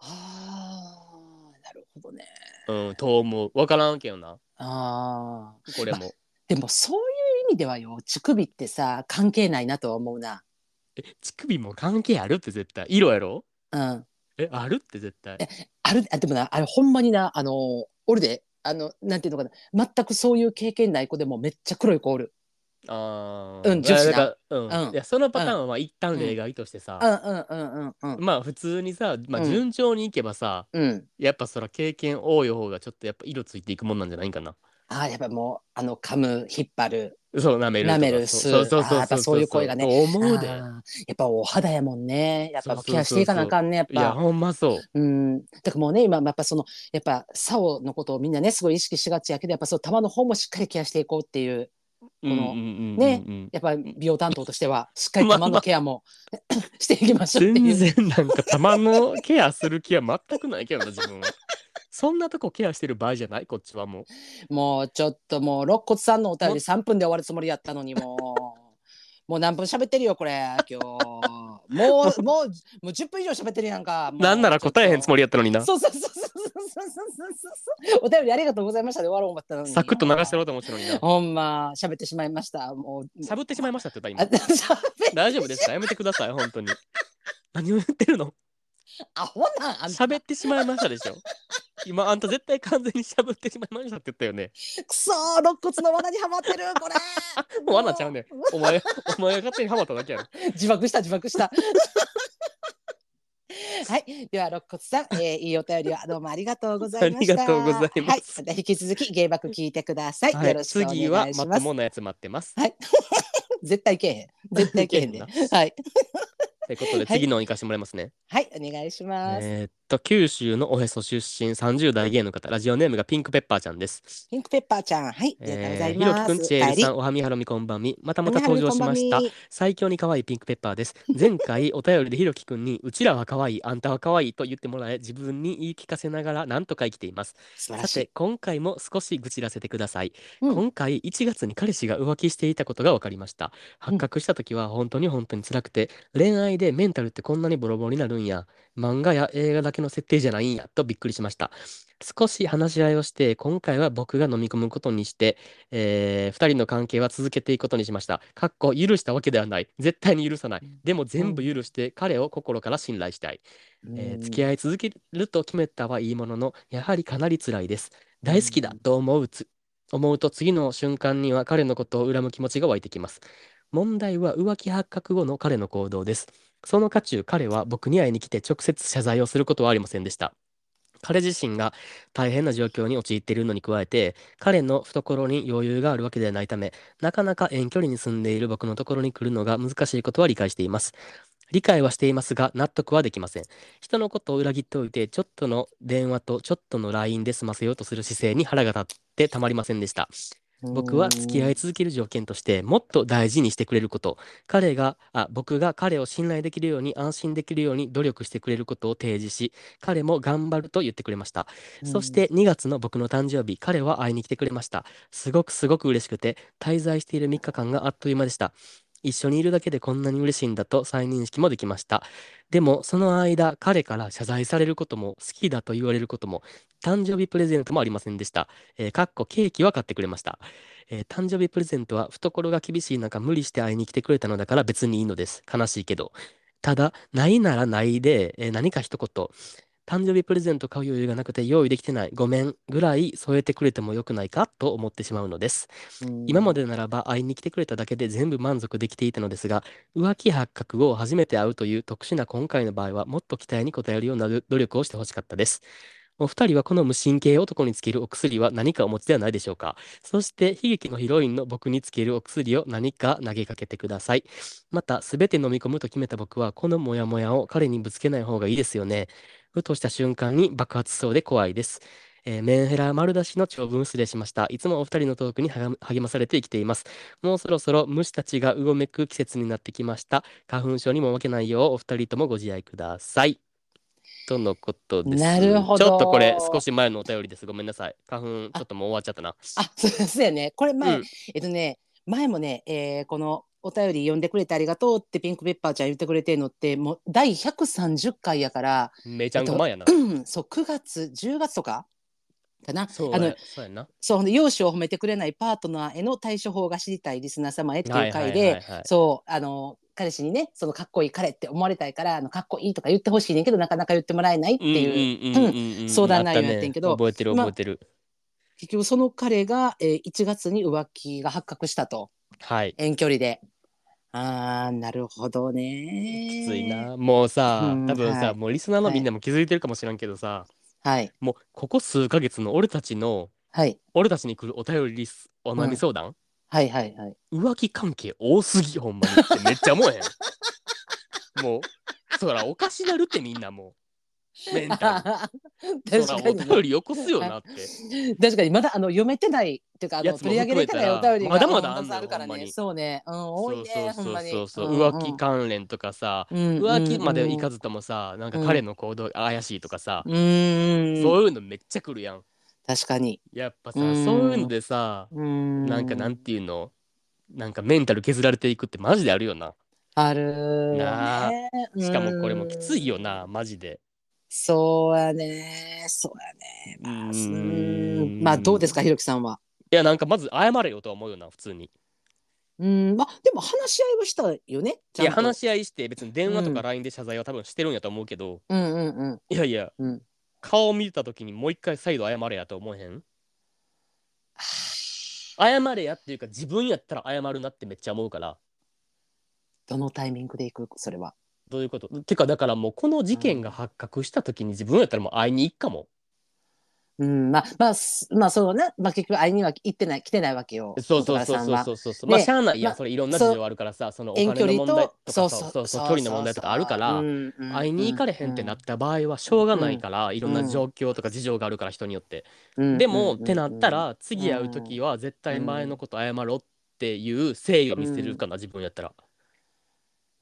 ああなるほどね
ううんと思う分からんけどな
ああ
これ も
でもそういう意味ではよ乳首ってさ関係ないなとは思うな
え乳首も関係あるって絶対色やろ
うん
えあるって絶対
あるあでもなあれほんまになあの俺であのなんていうのかな全くそういう経験ない子でもめっちゃ黒い子おる
あ
うん女子な
だからう
うんん
いやそのパターンはまあ一旦例外としてさ、
うんうんうんうんうん
まあ普通にさ、まあ、
うん
順調にいけばさ、
うん
やっぱそら経験多い方がちょっとやっぱ色ついていくもんなんじゃないんかな。
ああやっぱもうあの噛む引っ張る
そう舐めるとか
舐める
そうそうそ
吸うあー
う
やっぱそういう声がね
思う
あ
で。
ーやっぱお肌やもんねやっぱ
そうそうそうそう
ケアしていかなあかんねやっ
いや
ぱ
ほんまそう。
うんだからもうね今やっぱそのやっぱサオのことをみんなねすごい意識しがちやけどやっぱその玉の方もしっかりケアしていこうっていう
うんうん
の
うん
ね
うんうん
やっぱ美容担当としてはしっかり玉のケアも していきましょうってい
全
う。
然なんか玉のケアする気は全くないけどな自分は。 そんなとこケアしてる場合じゃないこっちはもう。
もうちょっともう肋骨さんのお便り3分で終わるつもりやったのにもう。もう何分喋ってるよこれ今日もうもうもう10分以上喋ってるやんかもう
なんなら答えへんつもりやったのにな。
そうそうそうそうそうそうそうそうお便りありがとうございましたで終わろう思ったのに
サクッと流してやろうと思ってたのにな。
ほんま喋ってしまいましたもう
しゃぶってしまいましたって言っ
あ
た今。
喋って
大丈夫ですかやめてください本当に。何を言ってるの
アホなんあんた
喋ってしまいましたでしょ今あんた絶対完全にしゃぶってしまいましたって言ったよね
くそー肋骨の罠にはまってるこれ
罠ちゃうねんお前お前が勝手にハマっただけやろ
自爆した自爆した。 はい、では肋骨さん、えー、いいお便りはどうもありがとうございました。
ありがとうございます
はい、また引き続き芸爆聞いてください。
は
よ
い
ろしくお願い
次
し
は
ます。
またものやつ待ってます
絶対けえへん。絶対けえへんで、
い
ね
け。
はい、
ということで
はい
次のを行かしてもらいますね、
はい、お願いします。
えーっと九州のおへそ出身30代芸の方ラジオネームがピンクペッパーちゃんです
ピンクペッパーちゃん、はい、ありがとうござい
ひろ
ま
き
す。
くんちえるさ
お
んおはみはろみこんばんみまたま
帰り
た登場しまし。
お
た
みはるこんばんみ
最強に可愛いピンクペッパーです。前回お便りでひろきくんにうちらは可愛いあんたは可愛いと言ってもらえ自分に言い聞かせながらなんとか生きています。
素晴
さ
らしい
て。今回も少し愚痴らせてください、
うん
今回1月に彼氏が浮気していたことが分かりました発覚した時は本当に本当に辛くて、恋愛でメンタルってこんなにボロボロになるんや漫画や映画だけの設定じゃないんやとびっくりしました少し話し合いをして今回は僕が飲み込むことにして、え2人の関係は続けていくことにしましたかっこ許したわけではない絶対に許さないでも全部許して彼を心から信頼したいえー付き合い続けると決めたはいいもののやはりかなり辛いです大好きだ
うん
と思うつ思うと次の瞬間には彼のことを恨む気持ちが湧いてきます問題は浮気発覚後の彼の行動ですその渦中彼は僕に会いに来て直接謝罪をすることはありませんでした彼自身が大変な状況に陥っているのに加えて、彼の懐に余裕があるわけではないため、なかなか遠距離に住んでいる僕のところに来るのが難しいことは理解しています。理解はしていますが、納得はできません。人のことを裏切っておいて、ちょっとの電話とちょっとの LINE で済ませようとする姿勢に腹が立ってたまりませんでした。僕は付き合い続ける条件としてもっと大事にしてくれること彼があ僕が彼を信頼できるように安心できるように努力してくれることを提示し彼も頑張ると言ってくれました、そして2月の僕の誕生日彼は会いに来てくれましたすごくすごく嬉しくて滞在している3日間があっという間でした一緒にいるだけでこんなに嬉しいんだと再認識もできましたでもその間彼から謝罪されることも好きだと言われることも誕生日プレゼントもありませんでした、えーかっこケーキは買ってくれましたえー誕生日プレゼントは懐が厳しい中無理して会いに来てくれたのだから別にいいのです。悲しいけど。ただ、ないならないで、えー何か一言。誕生日プレゼント買う余裕がなくて用意できてない。ごめん。ぐらい添えてくれてもよくないかと思ってしまうのです。今ま
で
でならば会いに来てくれただけで全部満足できていたのですが、浮気発覚後初めて会うという特殊な今回の場合はもっと期待に応えるような努力をしてほしかったです。お二人はこの無神経男につけるお薬は何かお持ちではないでしょうかそして悲劇のヒロインの僕につけるお薬を何か投げかけてください。また、すべて飲み込むと決めた僕は、このモヤモヤを彼にぶつけない方がいいですよね。ふとした瞬間に爆発しそうで怖いです。えーメンヘラ丸出しの長文失礼しました。いつもお二人のトークに励励まされて生きています。もうそろそろ虫たちがうごめく季節になってきました。花粉症にも負けないようお二人ともご自愛ください。とのことです。
なるほど
ちょっとこれ少し前のお便りです。ごめんなさい。花粉ちょっともう終わっちゃったな。
あそうそうやねこれ前、
うん
えっとね前もね、えーこのお便り読んでくれてありがとうってピンクペッパーちゃん言ってくれてるのってもう第130回やから、
めちゃんこまんやな。
うんそう9月10月とかかな
そう
あの
やそうやんな。
そうほんで容姿を褒めてくれないパートナーへの対処法が知りたいリスナー様へっていう回
はいはい
で
はいはい
そうあの彼氏にねそのかっこいい彼って思われたいからあのかっこいいとか言ってほしいねんけどなかなか言ってもらえないっていう,、
うんうんうんうん
相談内容やってんけど
あたね覚えてる
ま
覚えてる。
結局その彼が、えー1月に浮気が発覚したと
はい。
遠距離で。あーなるほどね。
きつい。な。もうさ
うん、
多分
は
さ、
い
もうリスナーのみんなも気づいてるかもしれんけどさ、
はい
もうここ数ヶ月の俺たちの、
はい
俺たちに来るお便りリス、お悩み相談、
はいはいはい。
浮気関係多すぎ、ほんまにってめっちゃ思えへん。 もう、そらおかしなるってみんなもう。メン タル。
確
そら
か
お
にね
便りよこすよなって。
確かにまだあの読めてないっていうかあ
や
の
つ
取
も
り上げれてないお便りが
含めたらまだまだ
うん
あ
た
んのよ
くさんから
ほんま
ね
に
そうねうん多いね
そ
ほ
うん
まに
そうそうそう、
んん
浮気関連とかさ、
うん
浮気までいか
ず
ずともさ、なんか彼の行動怪しいとかさ、
うんうん
そういうのめっちゃくるやん。
確かに
やっぱさ、
うん
そういうのでさ、
うん
なんかなんていうのなんかメンタル削られていくってマジであるよな。
あるよね
なあ
うん
しかもこれもきついよな、マジで。
そうやねそうやねまあ
う
う
ーん
んまあどうですかひろきさんはい
や、なんかまず謝れよとは思うよな、普通に。
うんまあでも話し合いはしたよねちゃ
い
んと
や、話し合いして、別に電話と
う
か
ん
LINE で謝罪は多分してるんやと思うけど、
うんうんうん
いやいや、
うん
顔を見た時にもう一回再度謝れやと思えへん
あ
謝れやっていうか、自分やったら謝るなってめっちゃ思うから。
どのタイミングでいくそれは
どういうことてかだからもうこの事件が発覚した時に自分やったらもう会いに行くかも。
うんまあまあすまあそのねまあ結局会いには行ってない来てないわけよ
そうそうそ
元
う
カレさんは
そうそうそう。
ね
まあしゃあないや
ま
ん、
あ
それいろんな事情あるからさそのお金
遠距
の
離
問題
と
とかさそうそう距離の問題とかあるから、
うんうん
会いに行かれへんってなった場合はしょうがないから、いろんな状況とか事情があるから人によって。
うん
で
うん
も、
うんうん
ってなったら次会う時は絶対前のこと謝ろうっていう誠意を見せるかな、自分やったら。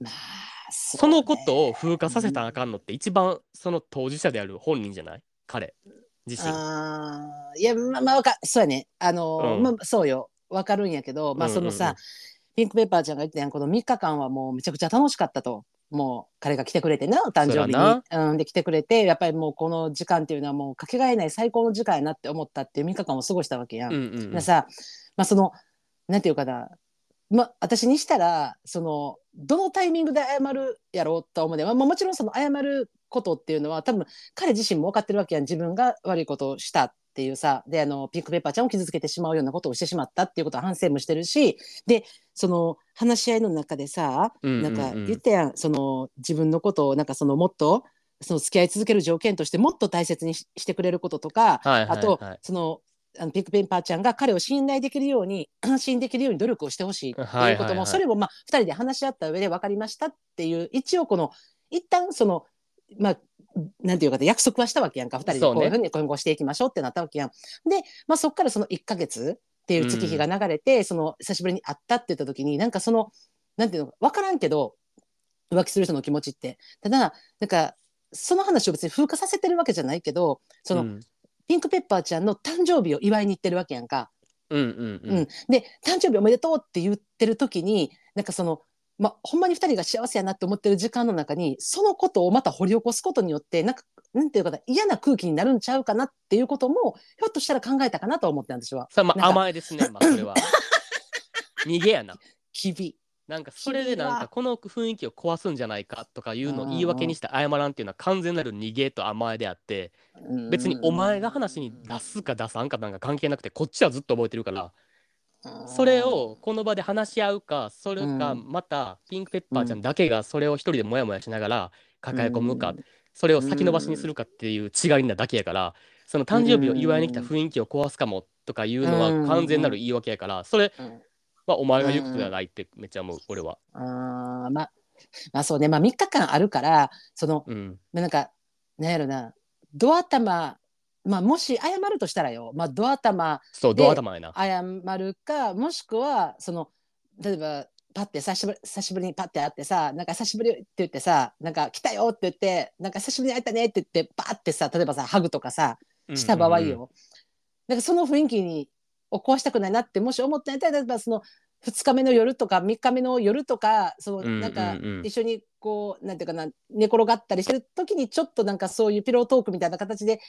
まあそ
そう
ね
のことを風化させたらあかんのって一番その当事者である本人じゃない彼自身。
あーいやまあまあわかそうやねあのー、
うん
まあそうよわかるんやけどまあそのさ、
うんうんうん
ピンクペッパーちゃんが言ってたやんこの3日間はもうめちゃくちゃ楽しかったと。もう彼が来てくれてなお誕生
そ
日
ら
に、うん、で来てくれてやっぱりもうこの時間っていうのはもうかけがえない最高の時間やなって思ったっていう3日間を過ごしたわけやん
うんうんうん
まあさ、まあ、そのなんていうかな、まあ、私にしたらそのどのタイミングで謝るやろうとは思うね、まあ、まあもちろんその謝ることっていうのは多分彼自身も分かってるわけやん自分が悪いことをしたっていうさであのピンクペッパーちゃんを傷つけてしまうようなことをしてしまったっていうことは反省もしてるしでその話し合いの中でさ、
うんうんう
なんんか言ったやんその自分のことをなんかそのもっとその付き合い続ける条件としてもっと大切にししてくれることとか、
はいはいはい
あとそのあのピックペンパーちゃんが彼を信頼できるように 安心できるように努力をしてほしいっていうことも、
はいはいはい
それもまあ2人で話し合った上で分かりましたっていう一応この一旦そのまあなんていうか約束はしたわけやんか2人で
そう
こ
ね
ういうふうに今後していきましょうってなったわけやん。で、まあ、そこからその1ヶ月っていう月日が流れて、その久しぶりに会ったって言った時になんかそのなんていうのか分からんけど浮気する人の気持ちってただなんかその話を別に風化させてるわけじゃないけどその、
うん
ピンクペッパーちゃんの誕生日を祝いに行ってるわけやんか。
うんうん
うん
うん
で誕生日おめでとうって言ってる時になんかその、ま、ほんまに2人が幸せやなって思ってる時間の中にそのことをまた掘り起こすことによってなんかなんていうかな嫌な空気になるんちゃうかなっていうこともひょっとしたら考えたかなと思ってたんですよ。
それはまあ
なんか
甘えですねまあそれ は逃げやな
きび
なんかそれでなん
君
か
は
この雰囲気を壊すんじゃないかとかいうのを
うんうん
言い訳にして謝らんっていうのは完全なる逃げと甘えであって別にお前が話に出すか出さんかなんか関係なくてこっちはずっと覚えてるからそれをこの場で話し合うかそれか
うん
またピンクペッパーちゃんだけがそれを一人でモヤモヤしながら抱え込む
う
か
ん
それを先延ばしにするかっていう違いなだけやからその誕生日を祝いに来た雰囲気を壊すかもとかいうの
うん
は完全なる言い訳やからそれ
うん
はお前が言うことではないってめっちゃ思う俺は。
あーまあまあそうね、まあ、3日間あるからその
うん
まあなんか、なんやろな、ド頭、まあ、もし謝るとしたらよ、まあ、ド頭
そう
で
ドア頭やな。
謝るか、もしくは、その、例えば、パッて久しぶり久しぶりにパッて会ってさ、なんか久しぶりって言ってさ、なんか来たよって言って、なんか久しぶりに会ったねって言って、パッてさ、例えばさ、ハグとかさ、した場合よ、なんかその雰囲気に起こしたくないなって、もし思ったんやったら、例えばその、2日目の夜とか3日目の夜とか、その、
うんうんうん。
なんか、
うん
一緒にこうなんていうかな寝転がったりしてる時にちょっとなんかそういうピロートークみたいな形で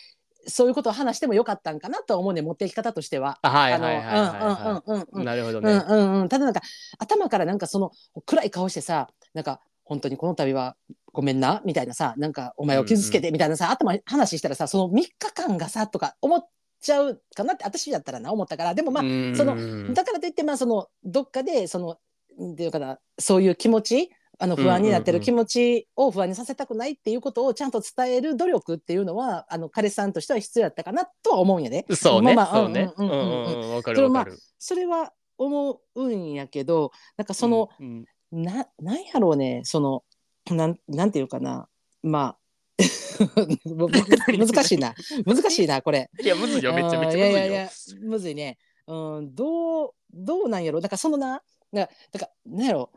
そういうことを話してもよかったんかなとは思うね持っていき方としては。
あはい
あ
はいはいはいは
のうんうんうん
い。
うん
なるほど
う
ね
ん。うんうんただなんか頭からなんかその暗い顔してさなんか本当にこの度はごめんなみたいなさなんかお前を傷つけてみたいなさ、頭話したらさその3日間がさとか思っちゃうかなって私だったらな思ったからでもまあ
うん
その
うん
だからといってまあそのどっかでそのなんていうかなそういう気持ちあの不安になって
うんう
る
んうん
気持ちを不安にさせたくないっていうことをちゃんと伝える努力っていうのはあの彼氏さんとしては必要だったかなとは思うんやで。
そうね
まあまあ
そうね。う
うんんう
うん
うんうん
んうんわか
それ
る
はまあ
わかる。
それは思うんやけどなんかその、
うんうん
ななんやろうねそのなんなんていうかなまあ 難しいな難しいなこれ。
いやむずいよめっちゃめ
あー
っちゃむ
い
ず
や
い
いやい
よ
や。むずいねうんどうどうなんやろだからそのななだからなんやろ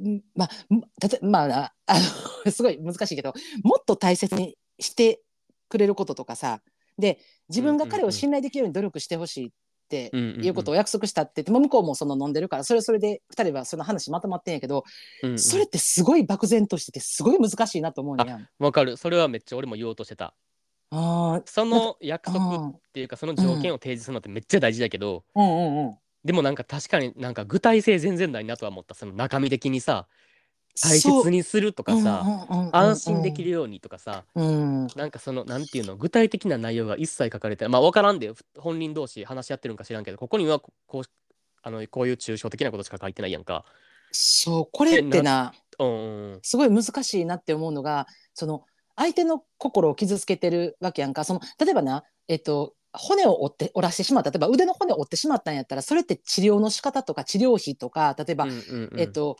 んまあんたとまあな あのすごい難しいけどもっと大切にしてくれることとかさで自分が彼を信頼できるように努力してほしいって
うんんん
いうことを約束したって言って、もう向こうもその飲んでるからそれはそれで2人はその話まとまってんやけど、
うんうん
それってすごい漠然としててすごい難しいなと思うんやん。
わかるそれはめっちゃ俺も言おうとしてた
あ
そ
なん
の約
ー
束
あ
っていうかその条件を提示するのってめっちゃ大事だけど、
ーうんうんうん
でもなんか確かになんか具体性全然ないなとは思ったその中身的にさ大
そう
切にするとかさ、
うんうんうんうん
安心できるようにとかさ、
うん
なんかそのなんていうの具体的な内容が一切書かれてないまあ分からんでふ本人同士話し合ってるんか知らんけどここにはここうあのこういう抽象的なことしか書いてないやんか。
そうこれってな
うんうんうん
すごい難しいなって思うのがその相手の心を傷つけてるわけやんかその例えばな、えっと、骨を折って折らしてしまった例えば腕の骨を折ってしまったんやったらそれって治療の仕方とか治療費とか例えば、
うんうんうん
えっと、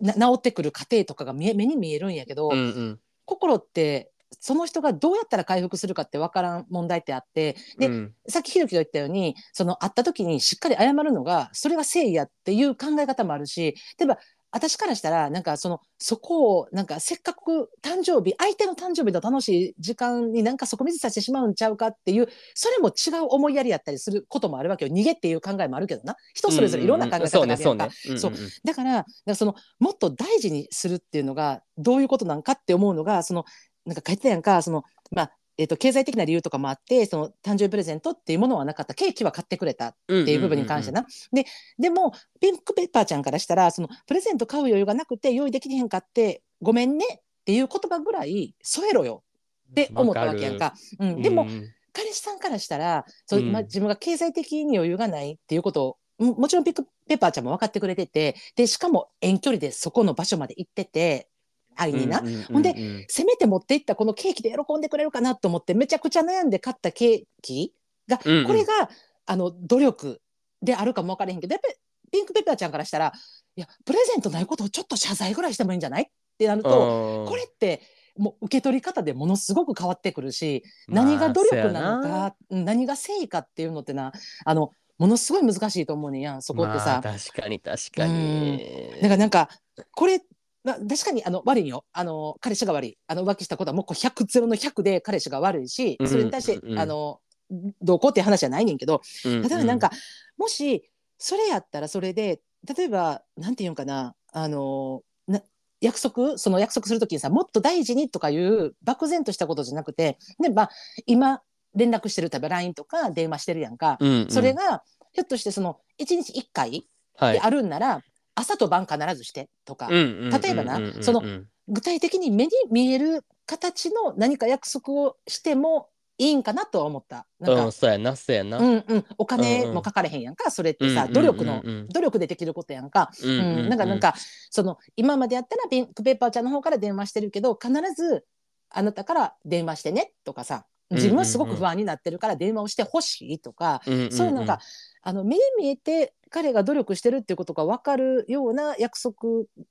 な治ってくる過程とかが見え目に見えるんやけど、
うんうん
心ってその人がどうやったら回復するかって分からん問題ってあってで、
うん
さっきひろきが言ったようにその会った時にしっかり謝るのがそれが誠意やっていう考え方もあるし例えば私からしたらなんかそのそこをなんかせっかく誕生日相手の誕生日の楽しい時間になんかそこ水させてしまうんちゃうかっていうそれも違う思いやりやったりすることもあるわけよ逃げっていう考えもあるけどな人それぞれいろんな考え方があるやんか、
うんうんうんそ
そう
ねそうねうんうん
だからなんかそのもっと大事にするっていうのがどういうことなんかって思うのがそのなんか書いてたやんかその、まあえー、と経済的な理由とかもあってその誕生日プレゼントっていうものはなかったケーキは買ってくれたっ
うん
ていう部分に関してな、ででもピンクペッパーちゃんからしたらそのプレゼント買う余裕がなくて用意できへんかってごめんねっていう言葉ぐらい添えろよって思ったわけやんか。うん、でも、彼氏さんからしたらそう、
うん
まあ、自分が経済的に余裕がないっていうことをももちろんピックペッパーちゃんも分かってくれててでしかも遠距離でそこの場所まで行ってて愛にな、
うんうんうんうん
ほんでせめて持っていったこのケーキで喜んでくれるかなと思ってめちゃくちゃ悩んで買ったケーキが、
うんうん
これがあの努力であるかも分からへんけどやっぱりピンクペッパーちゃんからしたらいやプレゼントないことをちょっと謝罪ぐらいしてもいいんじゃないってなると、
うん
これってもう受け取り方でものすごく変わってくるし何が努力なのか、
まあ
うん何が成果っていうのってなあのものすごい難しいと思うねんやんそこってさ。
まあ確かに確かに
だからなんかこれまあ確かにあの悪いよあの彼氏が悪いあの浮気したことはもうこう100ゼロの100で彼氏が悪いしそれに対して、
うんうんうん
あのどうこうっていう話じゃないねんけど
例
例えばなんか、もしそれやったらそれで例えばなんていうんかなあのな約束その約束するときにさもっと大事にとかいう漠然としたことじゃなくてで、まあ、今連絡してる例えば LINE とか電話してるやんか、
うんうん
それがひょっとしてその1日1回
はい
であるんなら、朝と晩必ずしてとか、
うんうんうん
例えばな
うんうんうん
その
うん
具体的に目に見える形の何か約束をしてもいいんかなとは思った。なんか
うんそうやなそうやな
うんうん、お
う
金
んうん
もかかれへんやんか、それっ
うん
て
うん
さ、
うん
努力の、
うん
努力でできることやんか、
う
うんん
うんうん
なんかなんかその今までやったらピンクペッパーちゃんの方から電話してるけど必ずあなたから電話してねとかさ自分はすごく不安になってるから電話をしてほしいとか、
うんうんうん
そういうなんかあの目に見えて彼が努力してるっていうことが分かるような約束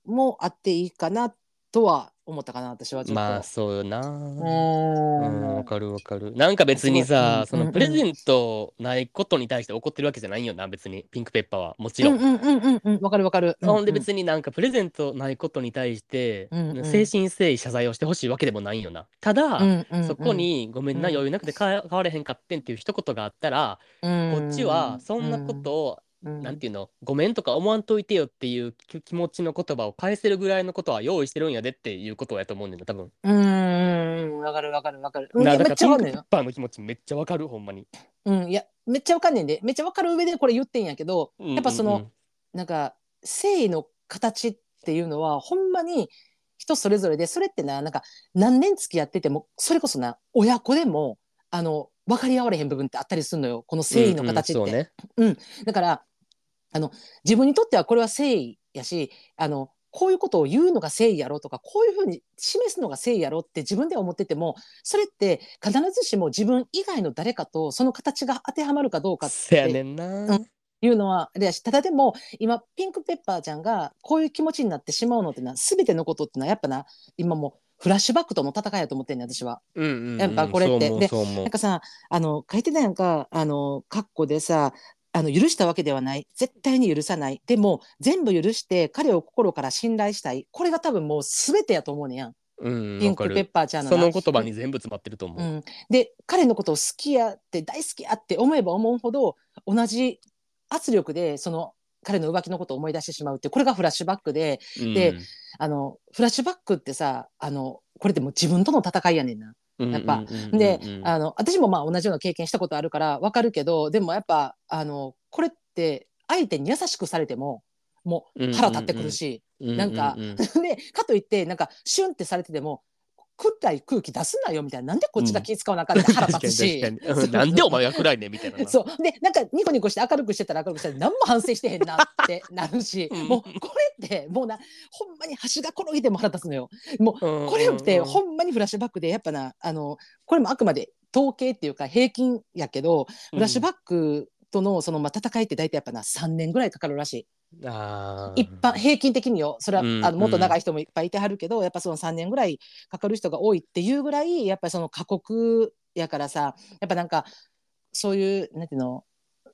もあっていいかなとは思ったかな私はちょっと。
まあそうよな
う
うん
ん
わかるわかるなんか別にさ
す
そ
ごいうん
のプレゼントないことに対して怒ってるわけじゃないよな別にピンクペッパーはもちろ
うん
ん
うんうんうんうんわかるわかる。
ほんで
に
別になんかプレゼントないことに対して
うんうん
誠心誠意謝罪をしてほしいわけでもないよなただそこ、に「ごめんな
うん
余裕なくて買え買われへんかってん」っていう一言があったらこっちはそんなことをなんていうの「ごめん」とか思わんといてよっていうき気持ちの言葉を返せるぐらいのことは用意してるんやでっていうことやと思うねんだ多分。
うーん、わかるわかるわかる。うんい
な
や
だ
め
か
っ
ら
ち
ピ
ゃわ
ン
か
ク
んね
ペ
ん
ッ
よ。
パーの気持ちめっちゃわかるほんまに。
うん、いや、めっちゃわかんねんで、めっちゃわかる上でこれ言ってんやけど、やっぱその、なんか誠意の形っていうのは、ほんまに。人それぞれで、それってな、なんか何年付き合ってても、それこそな、親子でも、あの、分かり合われへん部分ってあったりするのよ。この誠意の形って。
うんうんそうね
だからあの自分にとってはこれは誠意やしあのこういうことを言うのが誠意やろとかこういうふうに示すのが誠意やろって自分では思っててもそれって必ずしも自分以外の誰かとその形が当てはまるかどうかっ
せや
て
ねんな。
いうのはあれやしただでも今ピンクペッパーちゃんがこういう気持ちになってしまうのってな全てのことってのはやっぱな今もうフラッシュバックとの戦いやと思ってんねん私は。
うんうんうん
やっぱこれって
そう思う
で
そう思う
なんかさあの書いてたやんかあの括弧でさあの許したわけではない絶対に許さないでも全部許して彼を心から信頼したいこれが多分もう全てやと思うねやん
うん
ピン
わか
ク
る
ペッパーちゃんの
そ
な
の言葉に全部詰まってると思
う
う。
ん、で彼のことを好きやって大好きやって思えば思うほど同じ圧力でその彼の浮気のことを思い出してしまうってこれがフラッシュバックでであのフラッシュバックってさあのこれってもう自分との戦いやねんな。
うん、
やっぱ
うんうんうんうん
で、あの私もまあ同じような経験したことあるからわかるけどでもやっぱあのこれって相手に優しくされてももう腹立ってくるし、 なんか
ううう
でかといってなんかシュンってされてても暗い空気出すなよみたいななんでこっちが気使わなあかんって腹立つし。
確かに確かにうんなんでお前が暗いねみたいなな。
そうでなんかニコニコして明るくしてたら明るくしてたら何も反省してへんなってなるし
うん
もうこれってもうなほんまに端が転げても腹立つのよ。もう
うん。
これってほんまにフラッシュバックでやっぱなあのこれもあくまで統計っていうか平均やけどフラッシュバックとのそのまあ戦いって大体やっぱな3年ぐらいかかるらしい、
うんあー
一般平均的によそれは、
うん
あのもっと長い人もいっぱいいてはるけどやっぱその3年ぐらいかかる人が多いっていうぐらいやっぱりその過酷やからさやっぱなんかそういうなんていうの、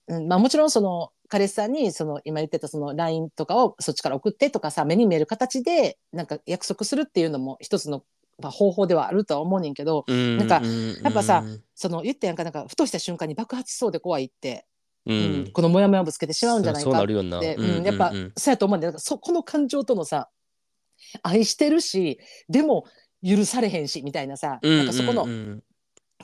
うんまあ、もちろんその彼氏さんにその今言ってたその LINE とかをそっちから送ってとかさ目に見える形でなんか約束するっていうのも一つの、まあ、方法ではあるとは思うねんけど
うん
なんか
うん
やっぱさ
うん
その言ってやんかなんかふとした瞬間に爆発しそうで怖いって、
う
うん
ん、
このモヤモヤぶつけてしまうんじゃない
そう
か
な
っ
るよな。
て、
うん
うんやっぱ、
うんうん
そうやと思うんだよなんかそこの感情とのさ愛してるしでも許されへんしみたいなさ、なんかそこの
うんうん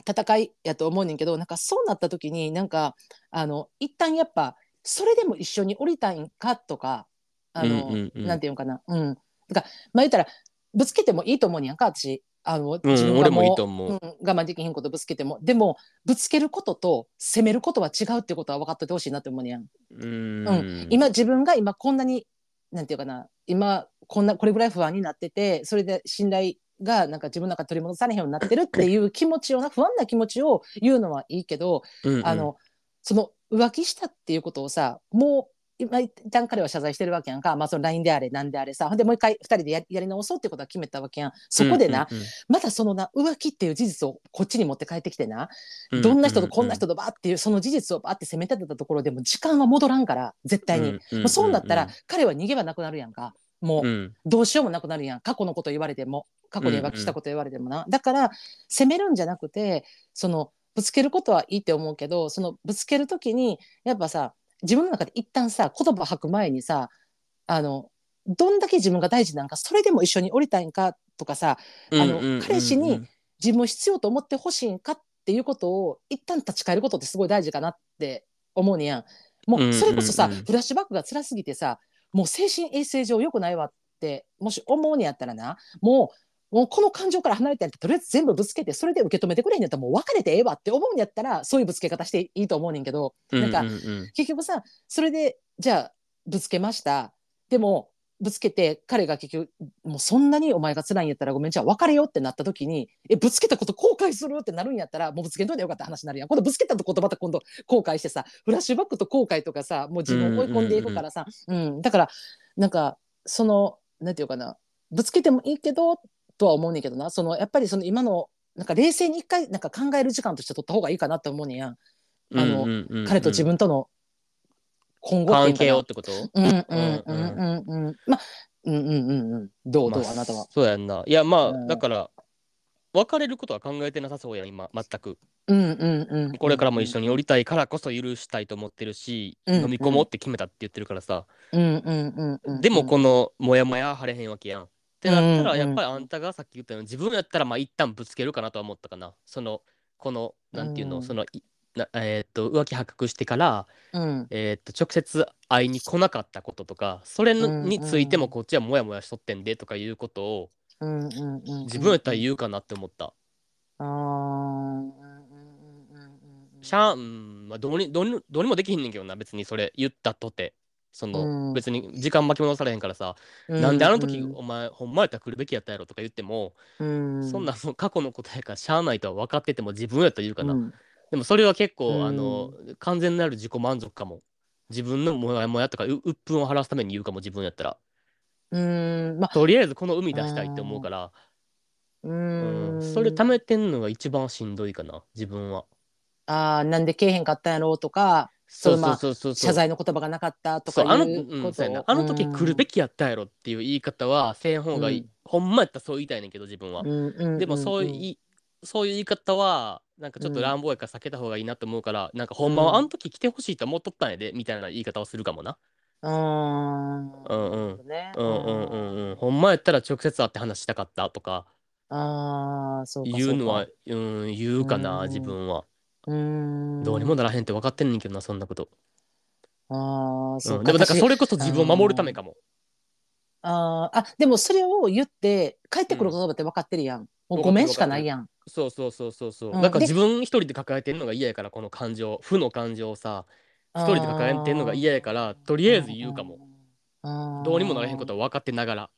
戦いやと思うねんけどなんかそうなった時になんかあの一旦やっぱそれでも一緒に降りたいんかとかあの、
うんうんうん
なんていうのかなうんだからまあ言ったらぶつけてもいいと思うねんか私あの、
うん、
自分
俺
が
もいい
もう
と思う。
うん、我慢できひんことぶつけてもでもぶつけることと責めることは違うってことは分かっててほしいなって思うねやん、
うん
今自分が今こんなになんていうかな今こんなこれぐらい不安になっててそれで信頼がなんか自分の中で取り戻されへんようになってるっていう気持ちをな不安な気持ちを言うのはいいけど、
うんうん
あのその浮気したっていうことをさもう今一旦彼は謝罪してるわけやんか、まあ、その LINE であれなんであれさほんでもう一回二人でややり直そうってことは決めたわけやんそこでな、
うんうん
またそのな浮気っていう事実をこっちに持って帰ってきてな、
う
どんな人とこんな人とバーっていうその事実をバーって責め立てたところでもう時間は戻らんから絶対に、もうそうなったら、彼は逃げ場なくなるやんかもう、
うんうん
どうしようもなくなるやん過去のこと言われても過去に浮気したこと言われてもな、だから責めるんじゃなくてそのぶつけることはいいって思うけどそのぶつける時にやっぱさ自分の中で一旦さ言葉吐く前にさあのどんだけ自分が大事なんかそれでも一緒に降りたいんかとかさ
うん
あの
うんうんうん
彼氏に自分を必要と思ってほしいんかっていうことを一旦立ち返ることってすごい大事かなって思うねやん。も
うんうん
う
うん
それこそさ、フラッシュバックが辛すぎてさもう精神衛生上良くないわってもし思うにやったらなもうもうこの感情から離れてやってとりあえず全部ぶつけてそれで受け止めてくれへんやったらもう別れてええわって思うんやったらそういうぶつけ方していいと思うねんけどなんか
うううん
結局さそれでじゃあぶつけましたでもぶつけて彼が結局もうそんなにお前が辛いんやったらごめんじゃあ別れようってなった時にえぶつけたこと後悔するってなるんやったらもうぶつけんといてよかった話になるやん今度ぶつけたことまた今度後悔してさフラッシュバックと後悔とかさもう自分を追い込んでいくからさ、うんだからなんかそのなんていうかなぶつけてもいいけどとは思うねんけどなそのやっぱりその今のなんか冷静に一回なんか考える時間として取った方がいいかなって思うねんやんあの
うんうんうんうん
彼と自分との今後っていうか
関
な
係をってこと
うんうんうんうんうん。まあ、うんうんうんうん。どうどう、
ま
あ、なたは。
そうやんないやまあ、
うん
だから別れることは考えてなさそうやん今全く
うんうんうん。
これからも一緒
に。
に寄りたいからこそ許したいと思ってるし、
うん
飲み込もうって決めたって言ってるからさ、
うんうんうんうん。
でもこのモヤモヤ晴れへんわけやんってなった
う
ら
んうん
やっぱりあんたがさっき言ったように自分やったらまあ一旦ぶつけるかなとは思ったかなそのこのなんていうの、
うん
そのいなえーっと浮気発覚してから、
うん。
えーっと直接会いに来なかったこととかそれ
うんうん
についてもこっちはモヤモヤしとってんでとかいうことを
うんうんうんうん。
自分やったら言うかなって思った。
あーうんうんうんうん。
しゃあうん、まあ、どうにどうにどうにもできひんねんけどな別にそれ言ったとてその、
うん
別に時間巻き戻されへんからさ、
う
なんであの時、お前ほんまやったら来るべきやったやろとか言っても、
うん
そんなもう過去のことやからしゃあないとは分かってても自分やったら言うかな、
うん
でもそれは結構、
うん
あの完全なる自己満足かも自分のモヤモヤとかう鬱憤を晴らすために言うかも自分やったら
うん。まあ、
とりあえずこの海出したいって思うから、
う
うん
ん。
それ貯めてんのが一番しんどいかな自分は
ああ、なんでけえへんかったんやろうとか、そう
そ
う
そうそうそう
謝罪の言葉がなかったとか
そ
いうう
あの,、う
こ
ん、
と
そうやなあの時来るべきやったやろっていう言い方はせん方がいい、
うん
ほんまやったらそう言いたいねんけど自分は、
うんうんうん。
でもそういう、
い。
そういう言い方はなんかちょっと
うん
乱暴やから避けた方がいいなと思うから、なんかほんまは
うん
あの時来てほしいと思っとったんやでみたいな言い方をするかもな
うん。
うんうん
なるほどね
うんうんうんうんほんまやったら直接会って話したかったとか
ああ、そうかそうか。
言うのはうん言うかな、
うん
自分は
うーん。
どうにもならへんって分かってんねんけどなそんなこと、
ああ、
う
そ
ん
うか。
でもなんか
私
それこそ自分を守るためかも
あーあ、でもそれを言って、帰ってくる言葉って分かってるやん。もうごめんしかないやん。
そうそうそうそうそう、
うん
なんか
で
自分一人で抱えてんのが嫌やからこの感情負の感情をさ一人で抱えてんのが嫌やからとりあえず言うかも、
も
どうにもならへんことは分かってながら、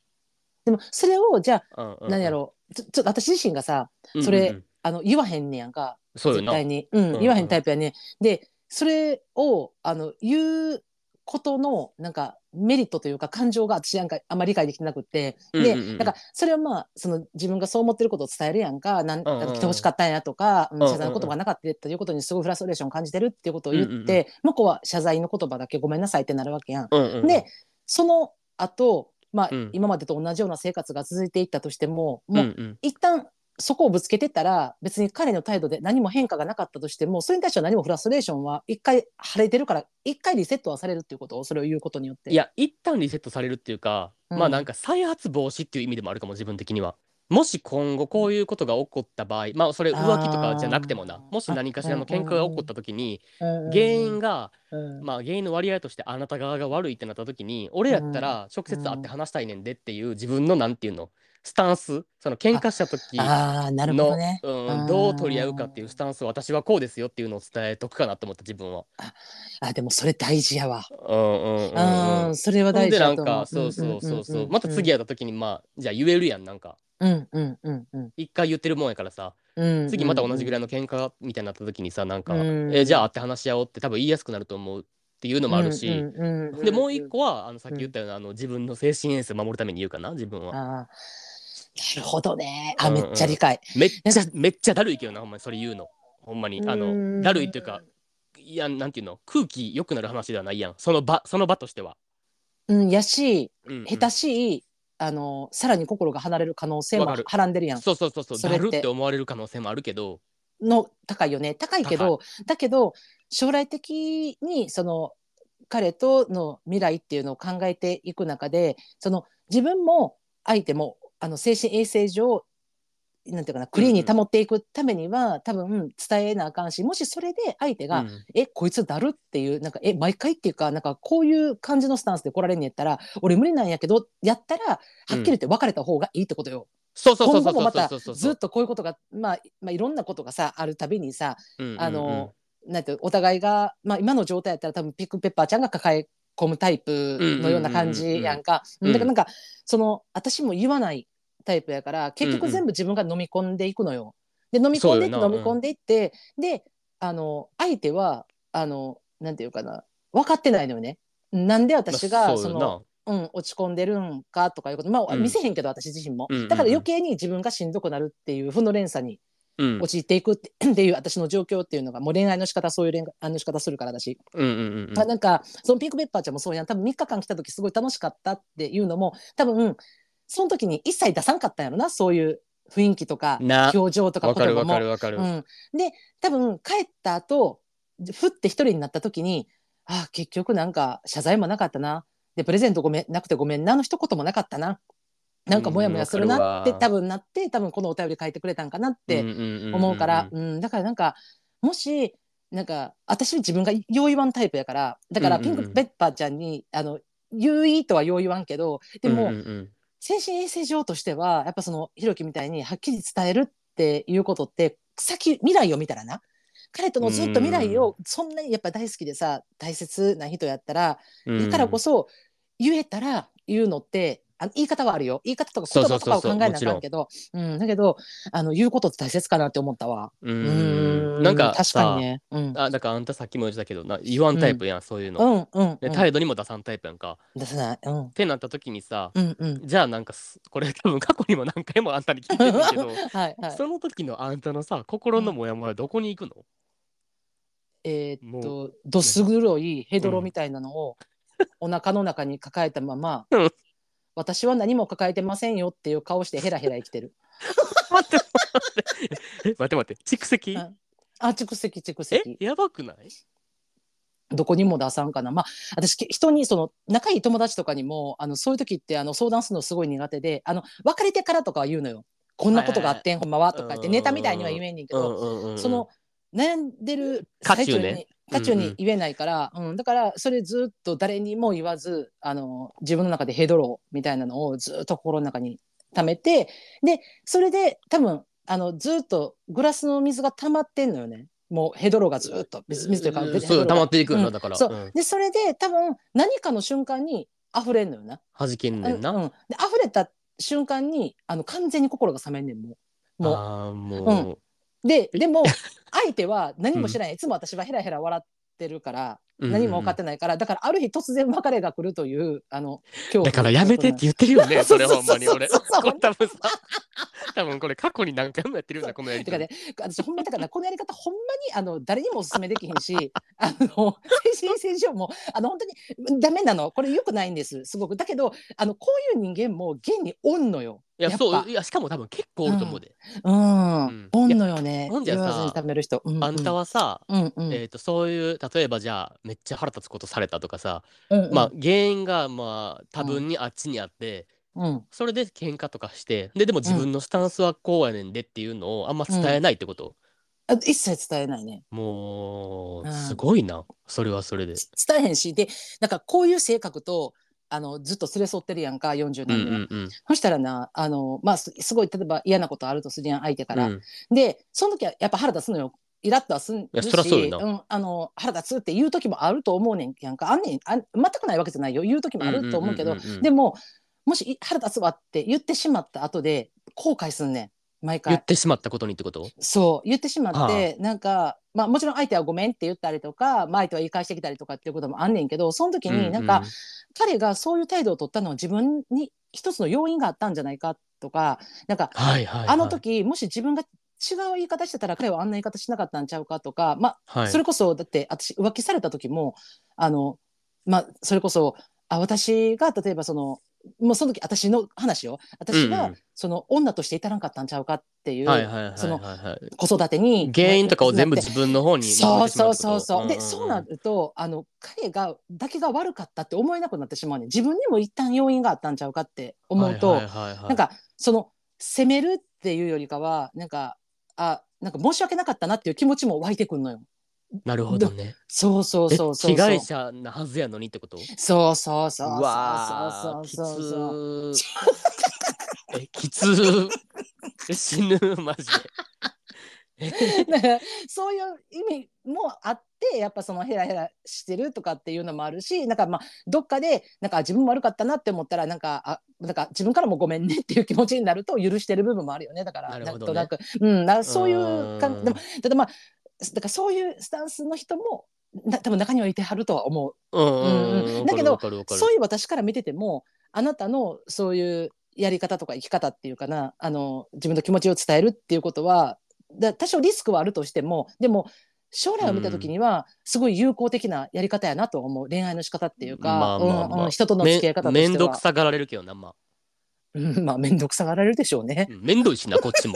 でもそれを、じゃ
うんうんう
あ、
ん
何やろう。ちょ、ちょっと私自身がさ、
うんうんうん
それあの、言わへんねやんか。
そうよ
絶
な
対に。うん
うん、
言わへんタイプやね。で、それを、あの、言うことの、なんか、メリットというか、感情が私なんかあんまり理解できてなくって。で、
うんうんうん
なんか、それはまあ、その、自分がそう思ってることを伝えるやんか、なん、
んうんうん
来てほしかったんやとか、うん
うんうんうん
謝罪の言葉がなかったということにすごいフラストレーションを感じてるっていうことを言って、
うんうんう
向こうは謝罪の言葉だけごめんなさいってなるわけやん。
うんうんうん
で、その後、まあ、
うん
今までと同じような生活が続いていったとしても、
うん
も
う
うん一旦そこをぶつけてたら別に彼の態度で何も変化がなかったとしてもそれに対しては何もフラストレーションは一回晴れてるから一回リセットはされるっていうことをそれを言うことによって
いや一旦リセットされるっていうか、
うん
まあなんか再発防止っていう意味でもあるかも自分的にはもし今後こういうことが起こった場合まあそれ浮気とかじゃなくても
あ
な
ー
もし何かしらの喧嘩が起こった時に
原
原因、が
うん
まあ、原因の割合としてあなた側が悪いってなった時に俺やったら直接会って話したいねんでっていう自分のなんていうのスタンスその喧嘩した時
ああなるほ
の
どね。
う
あー
ん、どう取り合うかっていうスタンス私はこうですよっていうのを伝えとくかなと思った自分は。
あでもそれ大事やわ。
うんうんうんうん
ああそれは
ほん
大
で
事
な
だ
ん
と
か
思う。
そうそうそうそ
んんん
うんまた次。やった時にまあじゃあ言えるやんなんか
うんうんうんうん
一回言ってるもんやからさ
うん。
次また同じぐ
らい。
らいの喧嘩みたいになった時にさなんか
うん
えじゃあ会って話し合おうって多分言いやすくなると思うっていうのもある
うん
し
うんんん
でもう一。個はあのさっき言ったようなあの自分の精神衛生を守るために言うかな自分は
ああなるほどね。あ
うんう
め
ん
っちゃ理解。
めっちゃめっちゃだるいけどなほんまにそれ言うのほんまにあ
うん
のだるいっていうかいやなんていうの空気良くなる話ではないやんその場その場としては。
うんやし
うんうん
下手しいあのさらに心が離れる可能性も
わかる
はらんでるやん。
そうそうそうそう
それ
だ
って
るって思われる可能性もあるけど
の高いよね高いけどだけど将来的にその彼との未来っていうのを考えていく中でその自分も相手もあの精神衛生上なんていうかなクリーンに保っていくためには、多分伝えなあかんしもしそれで相手が「
うん
えこいつだる?」っていうなんか「え毎回」っていうかなんかこういう感じのスタンスで来られんねやったら俺無理なんやけどやったらはっきり言って別れた方がいいってことよ。
そうそうそう
今
そ
後も
う
ま
そう
た
そうそう
ずっとこういうことが、まあ、まあいろんなことがさあるたびにさ
うんうんうん
あの、なんていうお互いが、まあ、今の状態やったら多分ピックペッパーちゃんが抱え込むタイプのような感じやんか。
うんうん
だか
うんうん
らなんかその私も言わないタイプやから結
うん
局
うん
全部自分が飲み込んでいくのよ。で飲み込んでいって
そうよ
飲
な
み込んでいって、であの相手はあのなんていうかな分かってないのよね。なんで私
まあ
が
そ
そう
よ
の、
な
うん、落ち込んでるんかとかいうこと、まあ、
うん
見せへんけど私自身も、
うんうんうん
だから余計に自分がしんどくなるっていう負の連鎖に
うん
陥っていくって, 、 いう私の状況っていうのがもう恋愛の仕方そういう恋愛の仕方するからだし、
うんうんうんうん
まあ、なんかそのピンクペッパーちゃんもそうやん多分3日間来た時すごい楽しかったっていうのも多分その時に一切出さんかったんやろなそういう雰囲気とか
な
表情とか
わか
言
る
葉
わ
も
か。るわかる、
うん、で多分帰った後ふって一人になった時に「ああ結局なんか謝罪もなかったな」で「プレゼントごめんなくてごめんな」の一言もなかったな。なんかモヤモヤする
うん
な
わ
っ
かる
て
わ
多分なって多分このお便り書いてくれたんかなっ
う
て
んうんうんうん
思うから、うんだからなんかもしなんか私自分がよう言わんタイプやからだから
うんう
ピ
ん
ン
うん
クペッパーちゃんに、あの言ういいとはよう言わんけどでも、
うんうんうん
精神衛生上としてはやっぱそのひろきみたいにはっきり伝えるっていうことって先未来を見たらな彼とのずっと未来をそんなにやっぱ大好きでさ大切な人やったら
うん
だからこそ言えたら言うのってあの言い方はあるよ言い方とか言葉とかを考えなあかんけどうんだけどあの言うことって大切かなって思ったわ。
う
うんん
なんか
確かにね。うん
さあだからあんたさっきも言ってたけどな言わんタイプやん、そういう
う
の、
んうんう
で
ん
態度にも出さんタイプやんか、っ
出せない。うん
てなった時にさ
うんうん。
じゃあなんかすこれ多分過去にも何回もあんたに聞いてるけど
はいはい。
その時のあんたのさ心のモヤモヤどこに行 くの、
えーっ
も
とどす黒いヘドロみたいなのをお腹の中に抱えたまま、
うん
私は何も抱えてませんよっていう顔してヘラヘラ生き てる。
待って 待って待って待って蓄積
うんあ蓄積蓄
え
積
やばくない
どこにも出さんかなまあ私き人にその仲いい友達とかにもあのそういう時ってあの相談するのすごい苦手であの別れてからとかは言うのよこんなことがあってんほんまはとか言って
うん
ネタみたいには言えんねんけど、
うんうんうん
その悩んでる最
渦中
中に
ね
渦中
うんう
に
ん
言えないから、うんだからそれずっと誰にも言わずあの自分の中でヘドロみたいなのをずっと心の中に溜めてでそれで多分あのずっとグラスの水が溜まってんのよねもうヘドロがずっと水水というかヘドロが
そう溜まっていくんだ、
うん
だから
そう
うん
でそれで多分何かの瞬間に溢れんのよな。
弾けんねんな、
うんうん、で溢れた瞬間にあの完全に心が冷めんねんもう。もう
ああも
ででも相手は何も知らない、いつも私はヘラヘラ笑ってるから
う、
何も分かっててないから、だからある日突然別れが来るというあの今
だからやめてって言ってるよねそれほんまに俺
そうそうそうそう
これ多分さ多分これ過去に何回もやってるようなこのやり
て
方
かね私ほんまにだからこのやり方ほんまにあ の誰にもおすすめできひんしあの精神性上もあの本当にダメなのこれ良くないんですすごくだけどあのこういう人間も現におんのよ
いや
っぱ
そういやしかも多分結構おると思うで、
うん、
うん
おんのよね
いやほんじゃ
言
さ
わずに食べる人、う
あんた
は、
はさ、
うんうん
えー、とそういう例えばじゃあめっちゃ腹立つことされたとかさ、
うんうん
まあ原因がまあ多分にあっちにあって、
うん
それで喧嘩とかしてででも自分のスタンスはこうやねんでっていうのをあんま伝えないってこと、
あ一切伝えないね
も
う
うんすごいなそれはそれで。
伝えへんしでなんかこういう性格とあのずっと連れ添ってるやんか40
うん
年ぐらい、
うんうん
そしたらなあの、まあ、すすごい例えば嫌なことあるとするやん相手から、
うん
でその時はやっぱ腹立つのよイラッとはすんる
やそらそう
し
よな
うん、あの腹立つって言う時もあると思うねんやんかあんねんあん全くないわけじゃないよ言う時もあると思うけど、
んんんん
でももしい腹立つわって言ってしまった後で後悔すんねん毎
言っ
回
てしまったことにってこと
そう言ってしま
あ
ってなんか、まあ、もちろん相手はごめんって言ったりとか、まあ、相手は言い返してきたりとかっていうこともあんねんけどその時になんか、
う
彼がそういう態度を取ったのは自分に一つの要因があったんじゃないかとかなんか
うんはいはいはい
あの時もし自分が違う言い方してたら彼はあんな言い方しなかったんちゃうかとか、まあ、
はい
それこそだって私浮気された時もあの、まあ、それこそあ私が例えばそのもうその時私の話よ私
うんう
が
ん
その女として至らんかったんちゃうかっていう
はいはいはいはい
その
はい
子育てに
原因とかを全部
なって
自分の方に
そう
向けてしま
そうそ
ってこと
うそう。で、そうな
だ
ると、あの、彼が、だけが悪かったって思えなくなってしまうねん。自分にも一旦要因があったんちゃうかって思うと、
な
なんか、その、責めるっていうよりかは、なんか、あ、なんか申し訳なかったなっていう気持ちも湧いてくるのよ。
なるほどね
そうそう
え
そうそうそう。
被害者なはずやのにってこと
そうそうそううそう
わ
そ
ー
うそうそうそう。
きつーえきつー え死ぬマジでえ
だから そういう意味もあってやっぱそのヘラヘラしてるとかっていうのもあるしなんかまあどっかでなんか自分も悪かったなって思ったらなんかあなんか自分からもごめんねっていう気持ちになると許してる部分もあるよねだから
なる
な
ほ
ん
ど
と
ね
なく、うん、なそういうか
うん
でもただまあだからそういうスタンスの人もな多分中にはいてはるとは思う
うんう
うん
んう
うんんだけど
わかるわかるわか
そう
る
いう私から見ててもあなたのそういうやり方とか生き方っていうかなあの自分の気持ちを伝えるっていうことはだ多少リスクはあるとしてもでも将来を見た時にはすごい有効的なやり方やなとは思う、恋愛の仕方っていう
ま
か
あ
う
まあまあ
んうん人との付き合い方と
め
し
ん
て
どく
は
さがられるけどなまあ
うんまあ面倒くさがられるでしょうね
う。んめんどいしなこっちも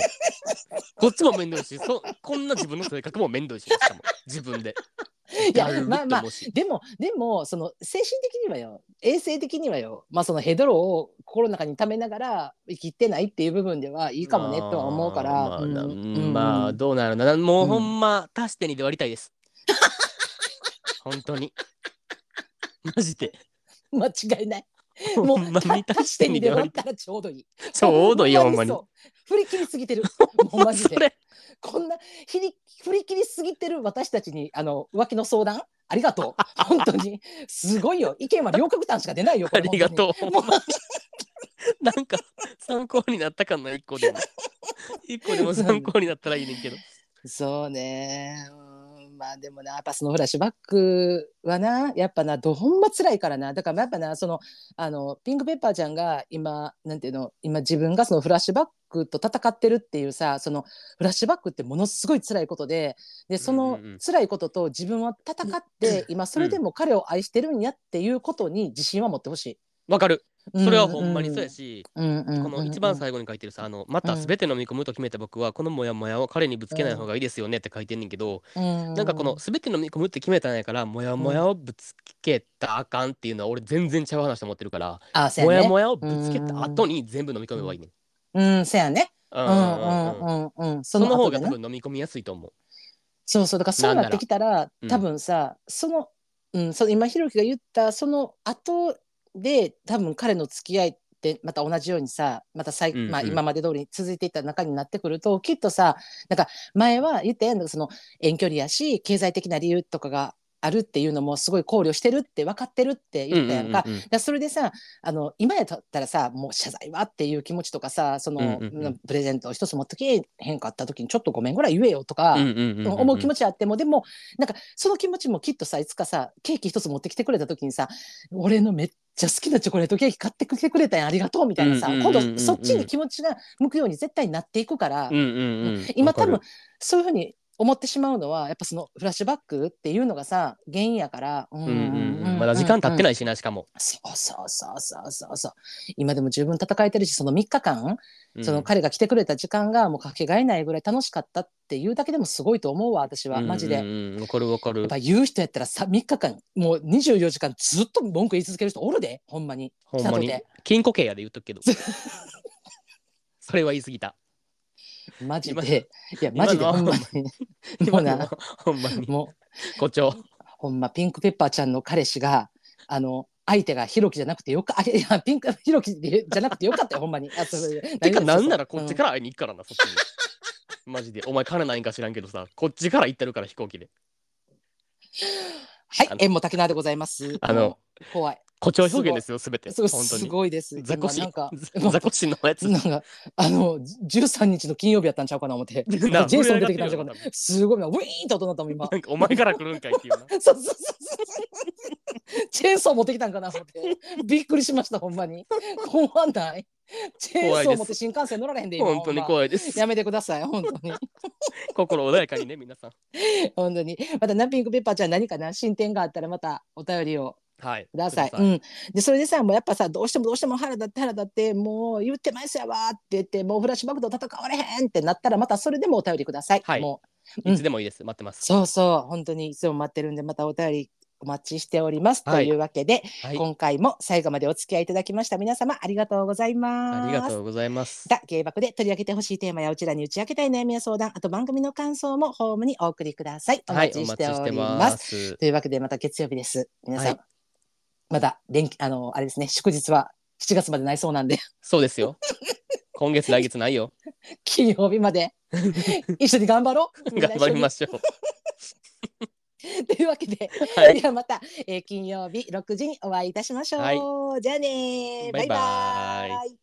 こっちもめんどいしそこんな自分の性格もめんどいしなしかも自分で
いや
だるって
まあまあ
思うし
でもでもその精神的にはよ衛生的にはよ、まあ、そのヘドロを心の中に溜めながら生きてないっていう部分ではいいかもねとは思うから
まあ、
うん
な
うん
まあどうなるなもううんほんま、足してにで割りたいです本当にマジで
間違いない。も
ほ
うん
ま
た
に
足
足
し
してて
に
に
で
で
割
割
っ
り
たらちょうどいい。
ちょうどいいよほんまに
そう。振り切りすぎて る。もうマジ
そ
で。
れ
こんなひり振り切りすぎてる私たちにあの浮気の相談ありがとう。本当にすごいよ。意見は両極端しか出ないよ。
ありが
う。
とう
もう
なんか参考になったかな一個でも一個でも参考になったらいいねんけど
そうね。うんまあでもなやっぱそのフラッシュバックはなやっぱなどほんま辛いからなだからやっぱなそのあのピンクペッパーちゃんが今なんていうの今自分がそのフラッシュバックと戦ってるっていうさそのフラッシュバックってものすごい辛いことででその
うんうんうん
辛いことと自分は戦って今それでも彼を愛してるんやっていうことに自信は持ってほしい。
わかる
うん
それはほんまにそうや、し、
うんうんうん
この一番最後に書いてるさ「あのまた
うん
全て飲み込むと決めた僕はこのモヤモヤを彼にぶつけない方がいいですよね」って書いてんねんけど、なんかこの「全て飲み込む」って決めたんやからモヤモヤをぶつけたらあかんっていうのは俺全然ちゃう話と思ってるから、
あそう
モ
や
ヤ
ね
モヤをぶつけた後に全部飲み込めばいいねん。
うんそうやね
うん
う
うん
ん
うんうん
うんうんうんそ
その方
後
が
で
多
な
分飲み込みやすいと思う。
そうそうだからそうなってきたら
うん
多分さ、その,、うん、その今ひろきが言ったその後で多分彼の付き合いってまた同じようにさまたさい、
うんうん
まあ、今まで通りに続いていった中になってくるときっとさなんか前は言ったやんその遠距離やし経済的な理由とかがあるっていうのもすごい考慮してるって分かってるって言ったやんか、
うんうんうんうん
だからそれでさあの今やったらさもう謝罪はっていう気持ちとかさその、
うんうんうん
プレゼントを一つ持ってきてへんかった時にちょっとごめんぐらい言えよとか、
うんうんうんうん
思う気持ちはあってもでもなんかその気持ちもきっとさいつかさケーキ一つ持ってきてくれた時にさ俺のめっちゃ好きなチョコレートケーキ買ってきてくれたんやありがとうみたいなさ
うんうんう
今
んうん
度そっちに気持ちが向くように絶対なっていくから、
うんうんうん
今
わか
多
る
分そういうふうに思ってしまうのはやっぱそのフラッシュバックっていうのがさ原因やから、うん
うんうんうんまだ時間経って
い
ないしなしかも。
そうそうそうそうそうそう今でも十分戦えてるしその3日間
うん
その彼が来てくれた時間がもうかけがえないぐらい楽しかったっていうだけでもすごいと思うわ私はマジで
うん。うんうんわかるわか
や
る
っぱ。言う人やったらさ3日間もう24時間ずっと文句言い続ける人おるでほんまに
ほんまに
来たと
金庫系やで言っと くけど。それは言い過ぎた。
てマジ
今の
でいやマジで
今
ほん
の
ま
は
にでもな
今の はほんまに
もう
誇張。
ほんまピンクペッパーちゃんの彼氏があの相手がひろきじゃなくてよかあいやピンクひろきじゃなくてよかったよほんまにあそう ダ
てか
メです
なんならこっち
うん
から会いに行くからな、そっちに。マジで。お前金ないんか知らんけどさ、こっちから行ってるから飛行機で。
はい
あの
縁も竹縄でございます
あの
うん怖い
誇張表現ですよ、すべて。
すご
本
い
当
す
に。
ごいです
ザコシ
今なんか、
ザコシのやつ。
なんかあの13日の金曜日やったんちゃうかな思ってジ
な
ェイソン出てきたんちゃうか
な
なすごいなウィーンと音鳴ったもん今
なんかお前から来るんかいっていうな。
そうそうそうそう。チェーンソー持ってきたんかな思って。びっくりしました、ほんまに。怖ない。チェーンソー持って新幹線乗られへんで、 今。
本当
ほん
に
ま
怖いです。
やめてください、本当に。
心穏やかにね、皆さん。
本当に。また、ナッピングペッパーちゃん、何かな進展があったら、またお便りを
はい。
ください。うん。で、それでさ、もうやっぱさ、どうしてもどうしても腹立って腹立って、もう言ってますやわーって言って、もうフラッシュバックと戦われへんってなったら、またそれでもお便りください。
はい
もう
いつでもいいです。待ってます。
そうそう、本当にいつも待ってるんで、またお便りお待ちしております。
はい
というわけで、
はい。
今回も最後までお付き合いいただきました皆様ありがとうございます。
ありがとうございます。
また芸爆で取り上げてほしいテーマやうちらに打ち明けたい悩みや相談あと番組の感想もホームにお送りください。お
はい
待、
お
ちし
待
て
ちし
お
て
り
ま
ます。
す。
というわけでまた月曜日です皆さん、
はい
まだ連休あのあれですね祝日は7月までないそうなんで
そうですよ。今月、来月ないよ。
金曜日まで 一緒に頑張ろう。
頑張りますしょう。
というわけで、
はい
ではまた、えー金曜日6時にお会いいたしましょう。
は
じゃあねー
バイバーイ
バイバーイ